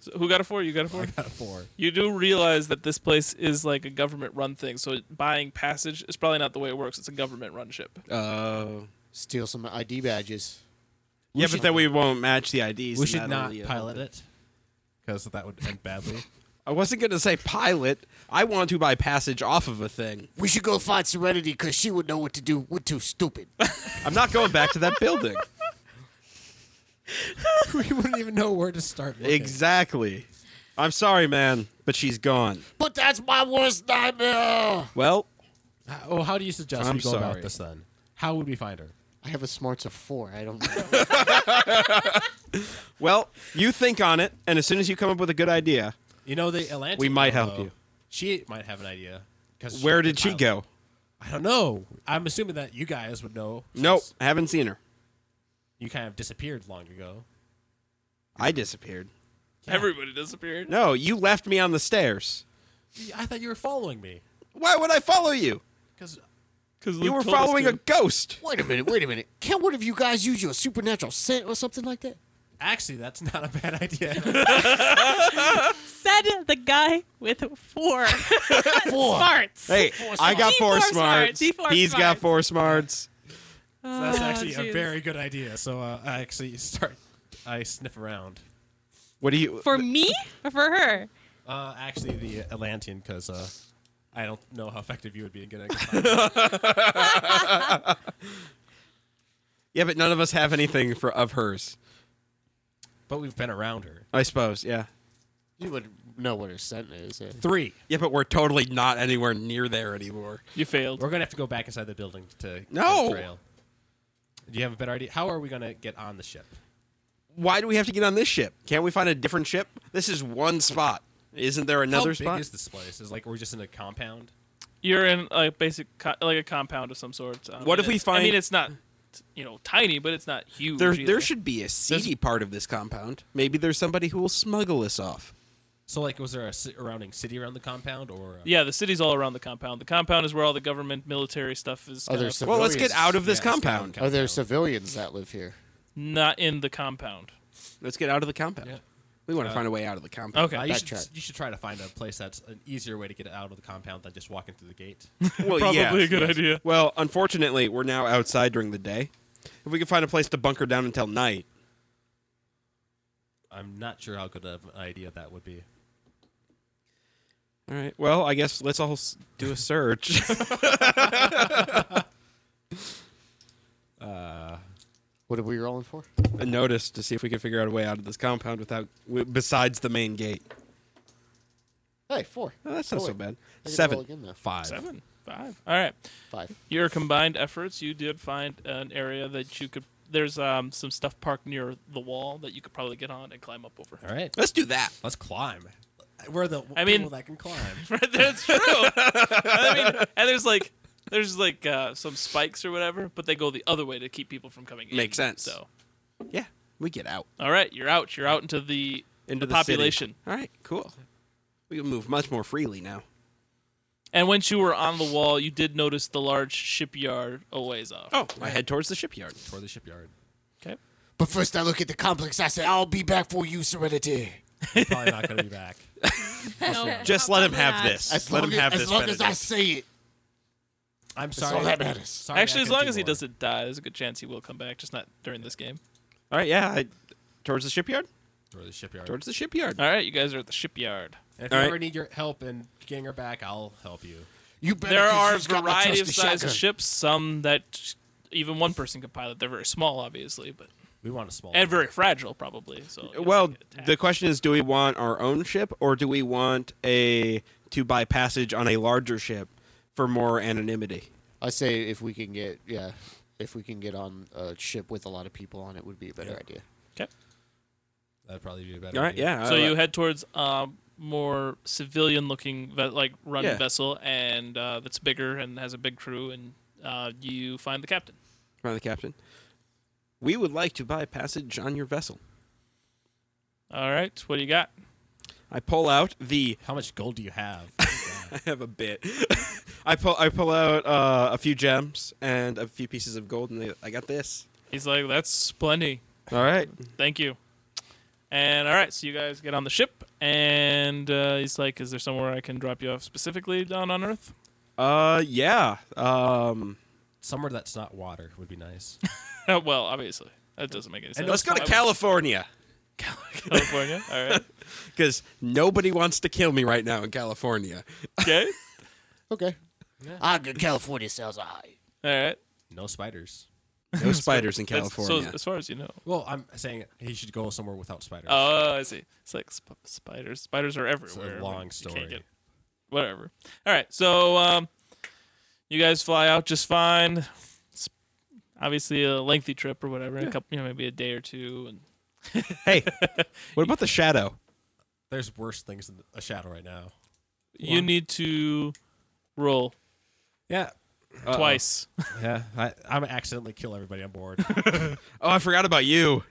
A: So who got a four? You got a four?
B: out of four.
A: You do realize that this place is like a government run thing, so buying passage is probably not the way it works. It's a government run ship.
C: Oh.
E: Steal some ID badges.
C: yeah, but then we won't match the IDs.
B: We
C: and
B: should
C: that'll
B: not
C: be uh, a-
B: pilot it because that would end badly.
C: I wasn't gonna say pilot. I want to buy passage off of a thing.
E: We should go find Serenity because she would know what to do. We're too stupid.
C: I'm not going back to that building.
B: we wouldn't even know where to start. looking.
C: Exactly. I'm sorry, man, but she's gone.
E: but that's my worst nightmare.
C: Well,
B: Uh, Well, how do you suggest
C: I'm
B: we go
C: sorry.
B: about this then? How would we find her?
E: I have a smarts of four. I don't.
C: well, you think on it, and as soon as you come up with a good idea,
B: You know, the Atlantic.
C: We might
B: girl,
C: help
B: though,
C: you.
B: She might have an idea. 'cause
C: where
B: could
C: did she
B: pilot.
C: go?
B: I don't know. I'm assuming that you guys would know. since
C: Nope, I haven't seen her.
B: You kind of disappeared long ago.
C: I disappeared.
A: Everybody disappeared.
C: No, you left me on the stairs.
B: I thought you were following me
C: Why would I follow you?
B: because
A: Cause
C: You were following a ghost.
E: wait a minute. Wait a minute. Can't one of you guys use your supernatural scent or something like that?
B: actually that's not a bad idea.
D: Said the guy with four
E: Four.
D: smarts.
C: Hey, I got
D: smarts.
C: four
D: D4
C: smarts.
D: smarts,
C: He's got
D: D4 smarts.
C: four smarts.
B: So that's
D: Oh,
B: actually a
D: jeez.
B: very good idea. So uh, I actually start. I sniff around.
C: What do you?
D: For me or for her?
B: Uh, actually, the Atlantean because uh, I don't know how effective you would be in getting.
C: Yeah, but none of us have anything for of hers.
B: but we've been around her.
C: I suppose. Yeah.
E: You would know what her scent is. Yeah.
B: Three.
C: Yeah, but we're totally not anywhere near there anymore.
A: You failed.
B: We're gonna have to go back inside the building to get
C: No!
B: the trail. Do you have a better idea? How are we gonna get on the ship?
C: Why do we have to get on this ship? Can't we find a different ship? This is one spot. Isn't there another
B: how big
C: spot?
B: is this place? Is like we're just in a compound.
A: You're in a basic, co- like a compound of some sort. Um,
C: What
A: and
C: if we
A: it's- I
C: find-
A: mean, it's not, you know, tiny, but it's not huge.
C: there,
A: either.
C: there should be a seedy part of this compound. Maybe there's somebody who will smuggle us off.
B: So like, was there a surrounding city around the compound, or uh,
A: Yeah, the city's all around the compound. The compound is where all the government military stuff is.
E: Other
A: kind of-
E: civ-
C: Well, let's get
E: Various-
C: out of
B: yeah,
C: this
B: it's kind of
C: compound.
E: Are Oh, there civilians that live here?
A: not in the compound.
C: Let's get out of the compound.
B: Yeah.
C: We want to
B: Uh,
C: find a way out of the compound.
A: Okay.
B: Uh, you, should,
E: Backtrack.
B: you should try to find a place that's an easier way to get out of the compound than just walking through the gate.
C: Well,
A: Probably
C: yeah.
A: a good idea.
C: Well, unfortunately, we're now outside during the day. If we can find a place to bunker down until night,
B: I'm not sure how good of an idea that would be.
C: All right. Well, I guess let's all s- do a search.
E: What are we rolling for?
C: a notice to see if we can figure out a way out of this compound without, w- besides the main gate.
E: Hey, four.
C: Oh, that's not
E: Oh,
C: so
E: wait.
C: bad.
E: I get to roll
C: Seven.
E: again, though.
B: Five.
A: Seven, five. All right.
E: Five.
A: Your combined efforts, you did find an area that you could. There's um, some stuff parked near the wall that you could probably get on and climb up over.
B: All right.
C: Let's do that.
B: Let's climb. We're the
A: I mean-
B: people that can climb.
A: Right, that's true. I mean, and there's like there's like uh, some spikes or whatever, but they go the other way to keep people from coming in.
C: Makes sense.
A: So,
C: Yeah, we get out
A: all right, you're out. You're out into the
C: into the, city.
A: population.
C: All right, cool. We can move much more freely now.
A: And once you were on the wall, you did notice the large shipyard a ways off.
C: Oh, I head towards the shipyard.
B: Toward the shipyard.
A: Okay.
E: But first, I look at the complex. I say, "I'll be back for you, Serenity."
B: We're probably not going to be back.
D: No,
C: Just let him have
D: probably not.
C: this.
E: As
C: let
E: long
C: him have
E: as,
C: this.
E: as long as I
C: benedict.
E: say it.
B: I'm
E: That's
B: sorry.
E: all that matters.
B: Sorry I
A: Actually, as
B: couldn't
A: long
B: do
A: as he
B: more.
A: doesn't die, there's a good chance he will come back, just not during this game.
C: All right, yeah, I, towards the shipyard.
B: Toward the shipyard.
C: Towards the shipyard.
A: All right, you guys are at the shipyard.
B: And if
C: All
B: you
C: right.
B: ever need your help in getting her back, I'll help you.
E: You better.
A: there
E: 'cause
A: are a
E: you's got my
A: variety of
E: trusty
A: sized
E: shotgun.
A: ships, some that even one person could pilot. They're very small, obviously, but
B: We want a small.
A: and very fragile, probably. So you know,
C: Well,
A: they get attacked.
C: the question is, do we want our own ship or do we want a to buy passage on a larger ship for more anonymity?
E: I say if we can get yeah, if we can get on a ship with a lot of people on it, would be a better
B: Yeah.
E: idea.
A: Okay.
B: That'd probably be a better.
C: All right,
B: idea.
C: yeah.
A: So
C: I-
A: you head towards a more civilian-looking, ve- like run
C: Yeah.
A: vessel, and uh, that's bigger and has a big crew, and uh, you find the captain.
C: From the captain. We would like to buy passage on your vessel.
A: All right, what do you got?
C: I pull out the.
B: How much gold do you have?
C: I have a bit. I pull. I pull out uh, a few gems and a few pieces of gold, and they, I got this.
A: He's like, that's plenty.
C: All right.
A: Thank you. And all right, so you guys get on the ship, and uh, he's like, "Is there somewhere I can drop you off specifically down on Earth?"
C: Uh, yeah. Um,
B: Somewhere that's not water would be nice.
A: well, obviously, that doesn't make any sense.
C: and let's go to
A: I-
C: California
A: California. All right.
C: because nobody wants to kill me right now in California.
A: Okay.
E: Okay.
G: I get Ah, California sales are high.
A: All right.
B: No spiders.
C: No spiders in
A: That's-
C: California.
A: So as far as you know.
B: Well, I'm saying he should go somewhere without spiders.
A: Oh, I see. It's like sp- spiders. Spiders are everywhere. I mean,
B: long
A: you can't
B: story.
A: get- whatever. All right. So um, you guys fly out just fine. It's obviously a lengthy trip or whatever. A couple, you know, maybe a day or two, and
C: hey, what about the shadow?
B: There's worse things than a shadow right now.
A: you need to roll
B: Yeah.
A: twice.
B: Yeah. I, I'm gonna accidentally kill everybody on board.
C: Oh, I forgot about you.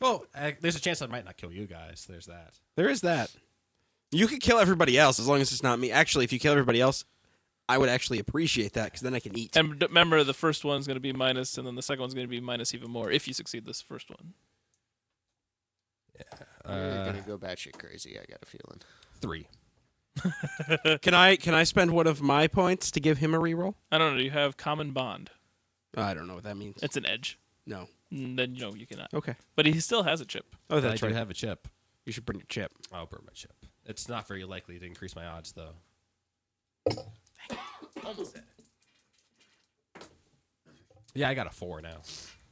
B: well, uh, there's a chance I might not kill you guys. There's that.
C: There is that. You could kill everybody else as long as it's not me. Actually, if you kill everybody else, I would actually appreciate that because then I can eat.
A: And d- remember, the first one's going to be minus, and then the second one's going to be minus even more if you succeed this first one.
B: Uh,
E: We're gonna go batshit crazy. I got a feeling.
B: three.
C: Can I can I spend one of my points to give him a reroll? Oh,
A: I don't know. You have common bond.
C: I don't know what that means.
A: It's an edge.
C: No.
A: Mm, Then no, you cannot.
C: Okay.
A: But he still has a chip.
C: Oh,
B: I
C: that's
B: do
C: right.
B: have a chip.
C: you should bring your chip.
B: I'll burn my chip. It's not very likely to increase my odds, though. Yeah, I got a four now.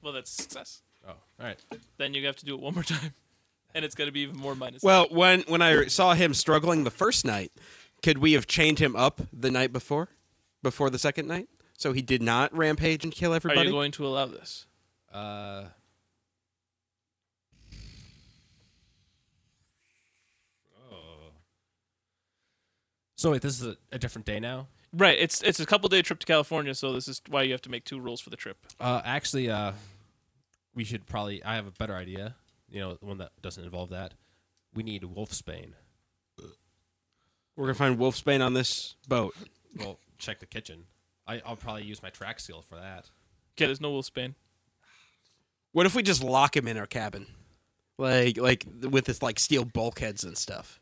A: Well, that's a success.
B: Oh, all right.
A: Then you have to do it one more time, and it's going to be even more minus.
C: Well, when when I saw him struggling the first night, could we have chained him up the night before, before the second night, so he did not rampage and kill
A: are
C: everybody?
A: you going to allow this?
B: Uh, oh. So wait, this is a, a different day now.
A: Right. It's it's a couple day trip to California, so this is why you have to make two rules for the trip.
B: Uh, actually, uh, we should probably. I have a better idea. You know, one that doesn't involve that. We need Wolfsbane.
C: We're gonna find Wolfsbane on this boat.
B: Well, check the kitchen. I, I'll probably use my track seal for that.
A: Okay, there's no wolf span.
C: What if we just lock him in our cabin, like like with this like steel bulkheads and stuff?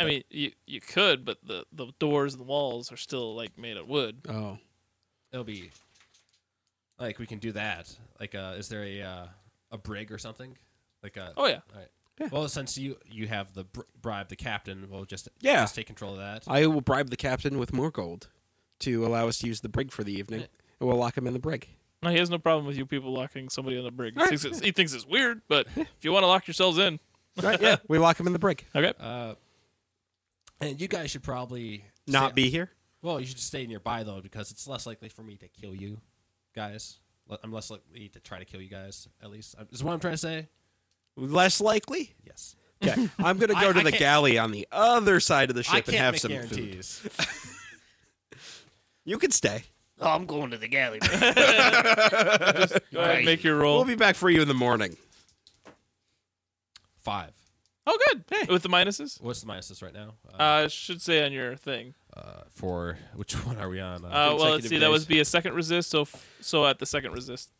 A: I mean, you you could, but the the doors and the walls are still like made of wood.
C: Oh,
B: it'll be like we can do that. Like, uh, is there a uh, a brig or something? Like, uh,
A: Oh yeah.
B: all right. Well, since you you have the br- bribe the captain, we'll just
C: Yeah. Uh,
B: just take control of that.
C: I will bribe the captain with more gold to allow us to use the brig for the evening, and we'll lock him in the brig.
A: No, he has no problem with you people locking somebody in the brig. He thinks it's, he thinks it's weird, but if you want to lock yourselves in,
C: Right? Yeah, we lock him in the brig.
A: okay.
B: Uh, and you guys should probably
C: Not
B: stay-
C: be here.
B: Well, you should stay nearby though, because it's less likely for me to kill you guys. Le- I'm less likely to try to kill you guys. At least Uh, is what I'm trying to say.
C: Less likely.
B: Yes.
C: Okay, I'm gonna go
B: I-
C: to
B: I
C: the
B: can't-
C: galley on the other side of the
B: I
C: ship
B: can't
C: and have
B: make
C: some food.
B: guarantees.
C: You can stay.
G: Oh, I'm going to the galley. man.
A: Go ahead, and make your roll.
C: We'll be back for you in the morning.
B: Five.
A: oh, good. With the minuses,
B: What's the minuses right now? Uh,
A: uh, I should say on your thing.
B: uh, for which one are we on?
A: Uh, well, let's
C: Consecutive
A: see. That
C: days.
A: would be a second resist. So, f- so at the second resist,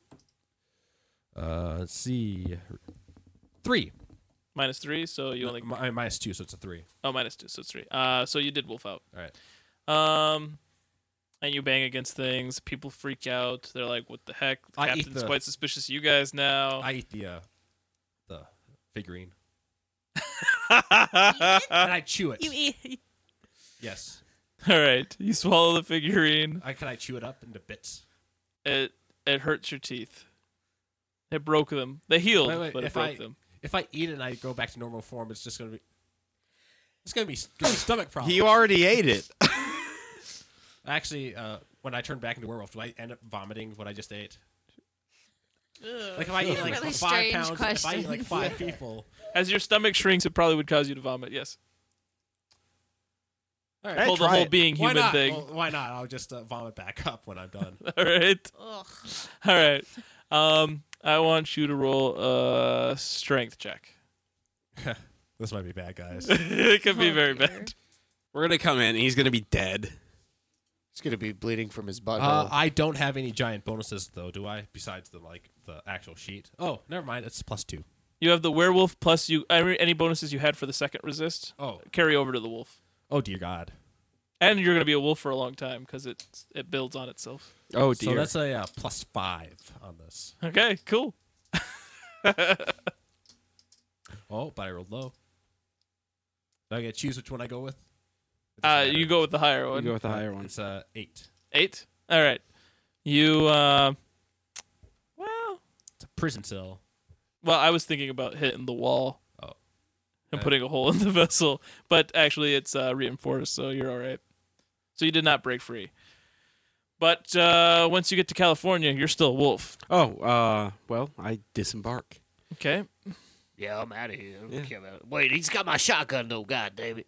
B: Uh, let's see. Three.
A: minus three. So you only
B: Mi- mi- minus two, so it's a three.
A: oh minus two. So it's three. Uh, so you did wolf out.
B: All right.
A: Um, and you bang against things. People freak out. They're like, "What the heck?" The
B: I eat
A: captain's
B: the-
A: quite suspicious of you guys now.
B: I eat the uh, the figurine. and I chew it.
D: You eat.
B: Yes.
A: All right, you swallow the figurine.
B: I can I chew it up into bits.
A: it it hurts your teeth. It broke them. They healed,
B: Wait, wait,
A: but it
B: if
A: broke
B: I-
A: them.
B: If I eat it and I go back to normal form, it's just gonna be it's gonna be, gonna be stomach problems.
C: You already ate it.
B: Actually, uh, when I turn back into werewolf, do I end up vomiting what I just ate? Like if I eat like
F: Really
B: five
F: strange
B: pounds, if I eat like
F: questions.
B: five people.
A: As your stomach shrinks, it probably would cause you to vomit. Yes.
B: All right,
C: Hey,
A: well, the
C: try
A: whole
C: it.
A: being
B: why
A: human
B: not?
A: thing.
B: Well, why not? I'll just uh, vomit back up when I'm done.
A: All right.
D: Ugh.
A: All right. Um, I want you to roll a strength check.
B: This might be bad, guys.
A: it could be
F: Oh,
A: very
F: dear.
A: bad.
C: We're gonna come in. and He's gonna be dead.
E: He's gonna be bleeding from his
B: Uh,
E: butthole.
B: I don't have any giant bonuses though, do I? Besides the like the actual sheet. Oh, never mind. It's plus two.
A: You have the werewolf plus you every- any bonuses you had for the second resist
B: Oh,
A: carry over to the wolf,
B: oh dear God.
A: and you're gonna be a wolf for a long time because it it builds on itself.
C: Oh
B: So that's a uh, plus five on this.
A: Okay, cool.
B: Oh, but I rolled low. Do I get to choose which one I go with? It
A: Uh,
B: doesn't
A: you
B: matter.
A: go with the higher
C: you
A: one.
C: go with the higher one.
B: It's uh, eight.
A: Eight. All right. You uh, well,
B: It's a prison cell.
A: well, I was thinking about hitting the wall.
B: Oh.
A: And
B: Uh,
A: putting a hole in the vessel, but actually it's uh, reinforced, so you're all right. So you did not break free. But uh, once you get to California, you're still a wolf.
C: Oh, uh, well, I disembark.
A: Okay.
G: Yeah, I'm out of here. I don't
C: Yeah.
G: care about- Wait, he's got my shotgun though. God damn it.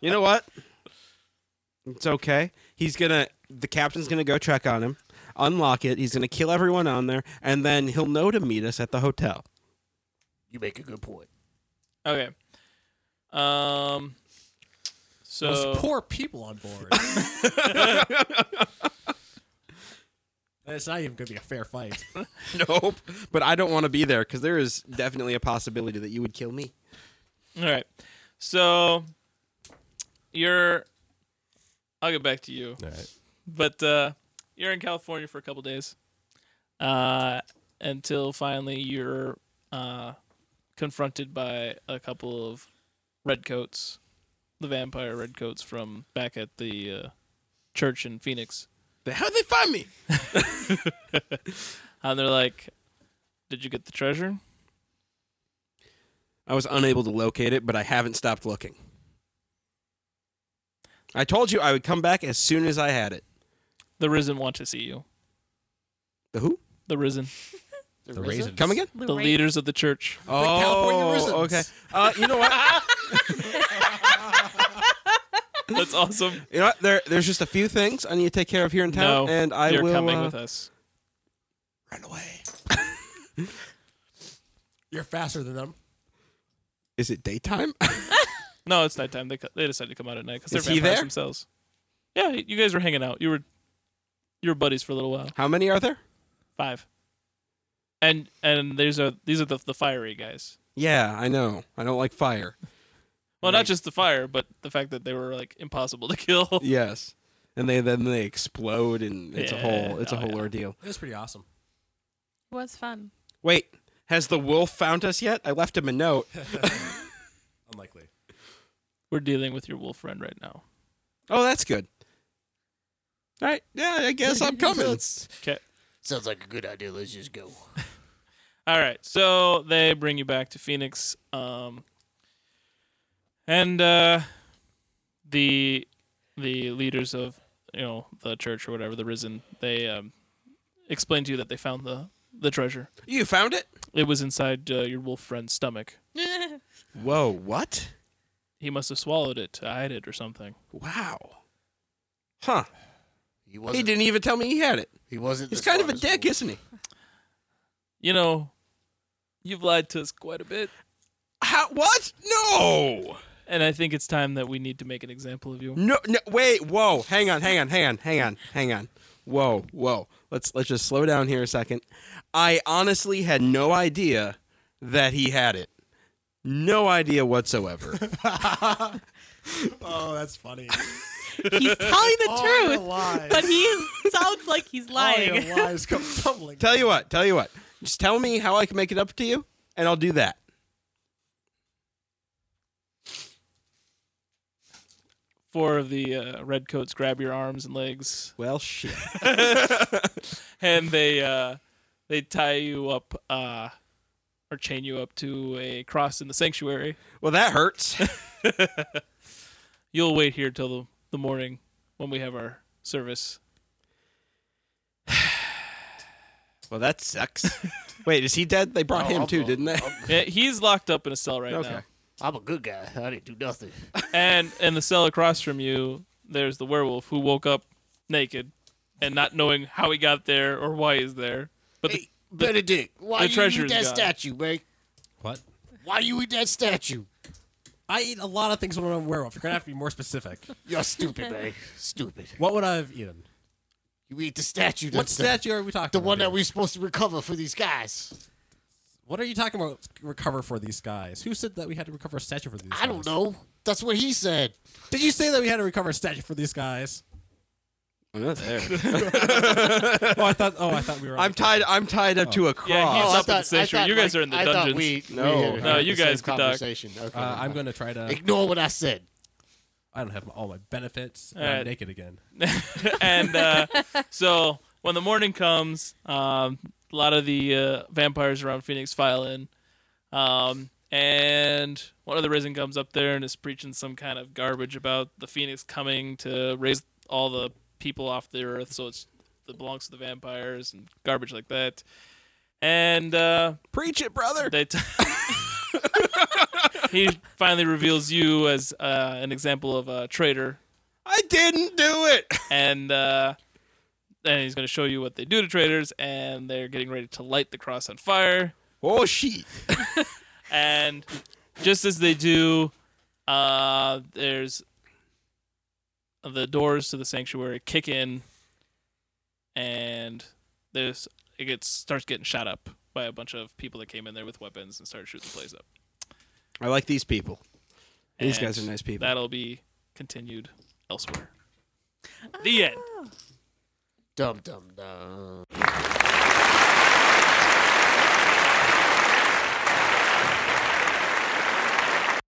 C: You know what? It's okay. He's gonna. The captain's gonna go check on him, unlock it. He's gonna kill everyone on there, and then he'll know to meet us at the hotel.
G: You make a good point.
A: Okay. Um. So
B: Those poor people on board. It's not even going to be a fair fight.
C: Nope. But I don't want to be there because there is definitely a possibility that you would kill me.
A: all right. So you're. I'll get back to you,
B: All right.
A: but uh, you're in California for a couple days, uh, until finally you're uh, confronted by a couple of redcoats, the vampire redcoats from back at the uh, church in Phoenix.
C: How did they find me?
A: And they're like, "Did you get the treasure?"
C: I was unable to locate it, but I haven't stopped looking. I told you I would come back as soon as I had it.
A: The risen want to see you.
C: The who?
A: The risen.
E: the
B: raisins.
C: Come again? Oh,
A: the leaders of the church.
B: California Risens.
C: okay. Uh, you know what?
A: That's awesome.
C: you know what? There, there's just a few things I need to take care of here in town,
A: no,
C: and I
A: you're
C: will
A: coming
C: uh,
A: with us.
C: run away.
B: You're faster than them.
C: Is it daytime?
A: No, it's nighttime. They co- they decided to come out at night because they're
C: Is he
A: vampires
C: there?
A: themselves. Yeah, you guys were hanging out. You were you were buddies for a little while.
C: How many are there?
A: Five. And and these are these are the the fiery guys.
C: Yeah, I know. I don't like fire.
A: Well,
C: Right.
A: not just the fire, but the fact that they were like impossible to kill.
C: yes, and they then they explode, and it's a
A: Yeah,
C: whole it's a
A: oh,
C: whole
A: yeah.
C: ordeal.
B: It was pretty awesome.
D: It was fun.
C: Wait, has the wolf found us yet? I left him a note.
B: Unlikely.
A: We're dealing with your wolf friend right now.
C: Oh, that's good. All right. Yeah, I guess I'm coming.
A: Okay.
G: Sounds like a good idea. Let's just go.
A: All right, so they bring you back to Phoenix, um, and uh, the the leaders of you know the church or whatever the risen they um, explain to you that they found the the treasure.
C: you found it?
A: It was inside uh, your wolf friend's stomach.
C: Whoa, what?
A: He must have swallowed it to hide it or something.
C: Wow. Huh.
G: He
C: He
G: wasn't.
C: didn't even tell me he had it.
G: He wasn't.
C: He's
G: the
C: kind of a
G: smartest
C: dick,
G: one.
C: isn't he?
A: You know, you've lied to us quite a bit,
C: How, what? No.
A: and I think it's time that we need to make an example of you.
C: No, no. Wait. Whoa. Hang on. Hang on. Hang on. Hang on. Hang on. Whoa. Whoa. Let's let's just slow down here a second. I honestly had no idea that he had it. No idea whatsoever.
B: Oh, that's funny.
D: He's telling the
B: All your
D: truth,
B: lies.
D: but he is, sounds like he's
B: All
D: lying.
B: your lies come tumbling.
C: tell you what. Tell you what. Just tell me how I can make it up to you, and I'll do that.
A: Four of the uh, redcoats grab your arms and legs.
C: Well, shit.
A: and they uh they tie you up uh or chain you up to a cross in the sanctuary.
C: Well, that hurts.
A: You'll wait here till the, the morning when we have our service.
C: Well, that sucks. Wait, is he dead? They brought
G: No,
C: him
G: I'm
C: too,
G: not.
C: didn't they?
A: Eh, He's locked up in a cell right now.
G: I'm a good guy. I didn't do nothing.
A: And in the cell across from you, there's the werewolf who woke up naked and not knowing how he got there or why he's there. But the-
E: Hey, Benedict, why
A: the
E: you eat
A: treasure's
E: that
A: gone.
E: statue, man?
B: What?
E: Why you eat that statue?
B: I eat a lot of things when I'm a werewolf. You're gonna have to be more specific.
G: You're stupid, man. Stupid.
B: What would I have eaten?
E: You eat the statue.
B: What
E: that's the-
B: statue are we talking
E: The
B: about?
E: one
B: here?
E: that we're supposed to recover for these guys.
B: What are you talking about? Recover for these guys? Who said that we had to recover a statue for these?
E: I don't
B: guys?
E: know. That's what he said.
B: Did you say that we had to recover a statue for these guys?
C: I'm not there.
B: oh, I thought. Oh, I thought we were. on
C: I'm
B: the-
C: tied. I'm tied up to a cross.
A: Yeah, he's
E: I
A: up in the sanctuary. you guys
E: like,
A: are in the
E: I thought
A: dungeons.
E: we- we
C: No.
E: had-
A: No,
E: had
A: you
E: the same
A: guys could talk.
E: conversation. Okay,
B: Uh, I'm
E: never mind.
B: gonna try to.
E: ignore what I said.
B: I don't have all my benefits. and
A: All
B: I'm
E: Uh,
A: right.
B: naked again.
A: and uh, so when the morning comes, um, a lot of the uh, vampires around Phoenix file in, um, and one of the risen comes up there and is preaching some kind of garbage about the Phoenix coming to raise all the people off the earth, so it's it belongs to the vampires and garbage like that. And uh,
C: Preach it, brother.
A: they t- he finally reveals you as uh, an example of a traitor
C: I didn't do it.
A: and uh, and he's going to show you what they do to traitors, and they're getting ready to light the cross on fire.
C: Oh shit.
A: And just as they do, uh, there's the doors to the sanctuary kick in, and there's it gets starts getting shot up by a bunch of people that came in there with weapons and started shooting the place up.
C: I like these people. These
A: And
C: guys are nice people.
A: That'll be continued elsewhere. The end.
E: Dum dum dum.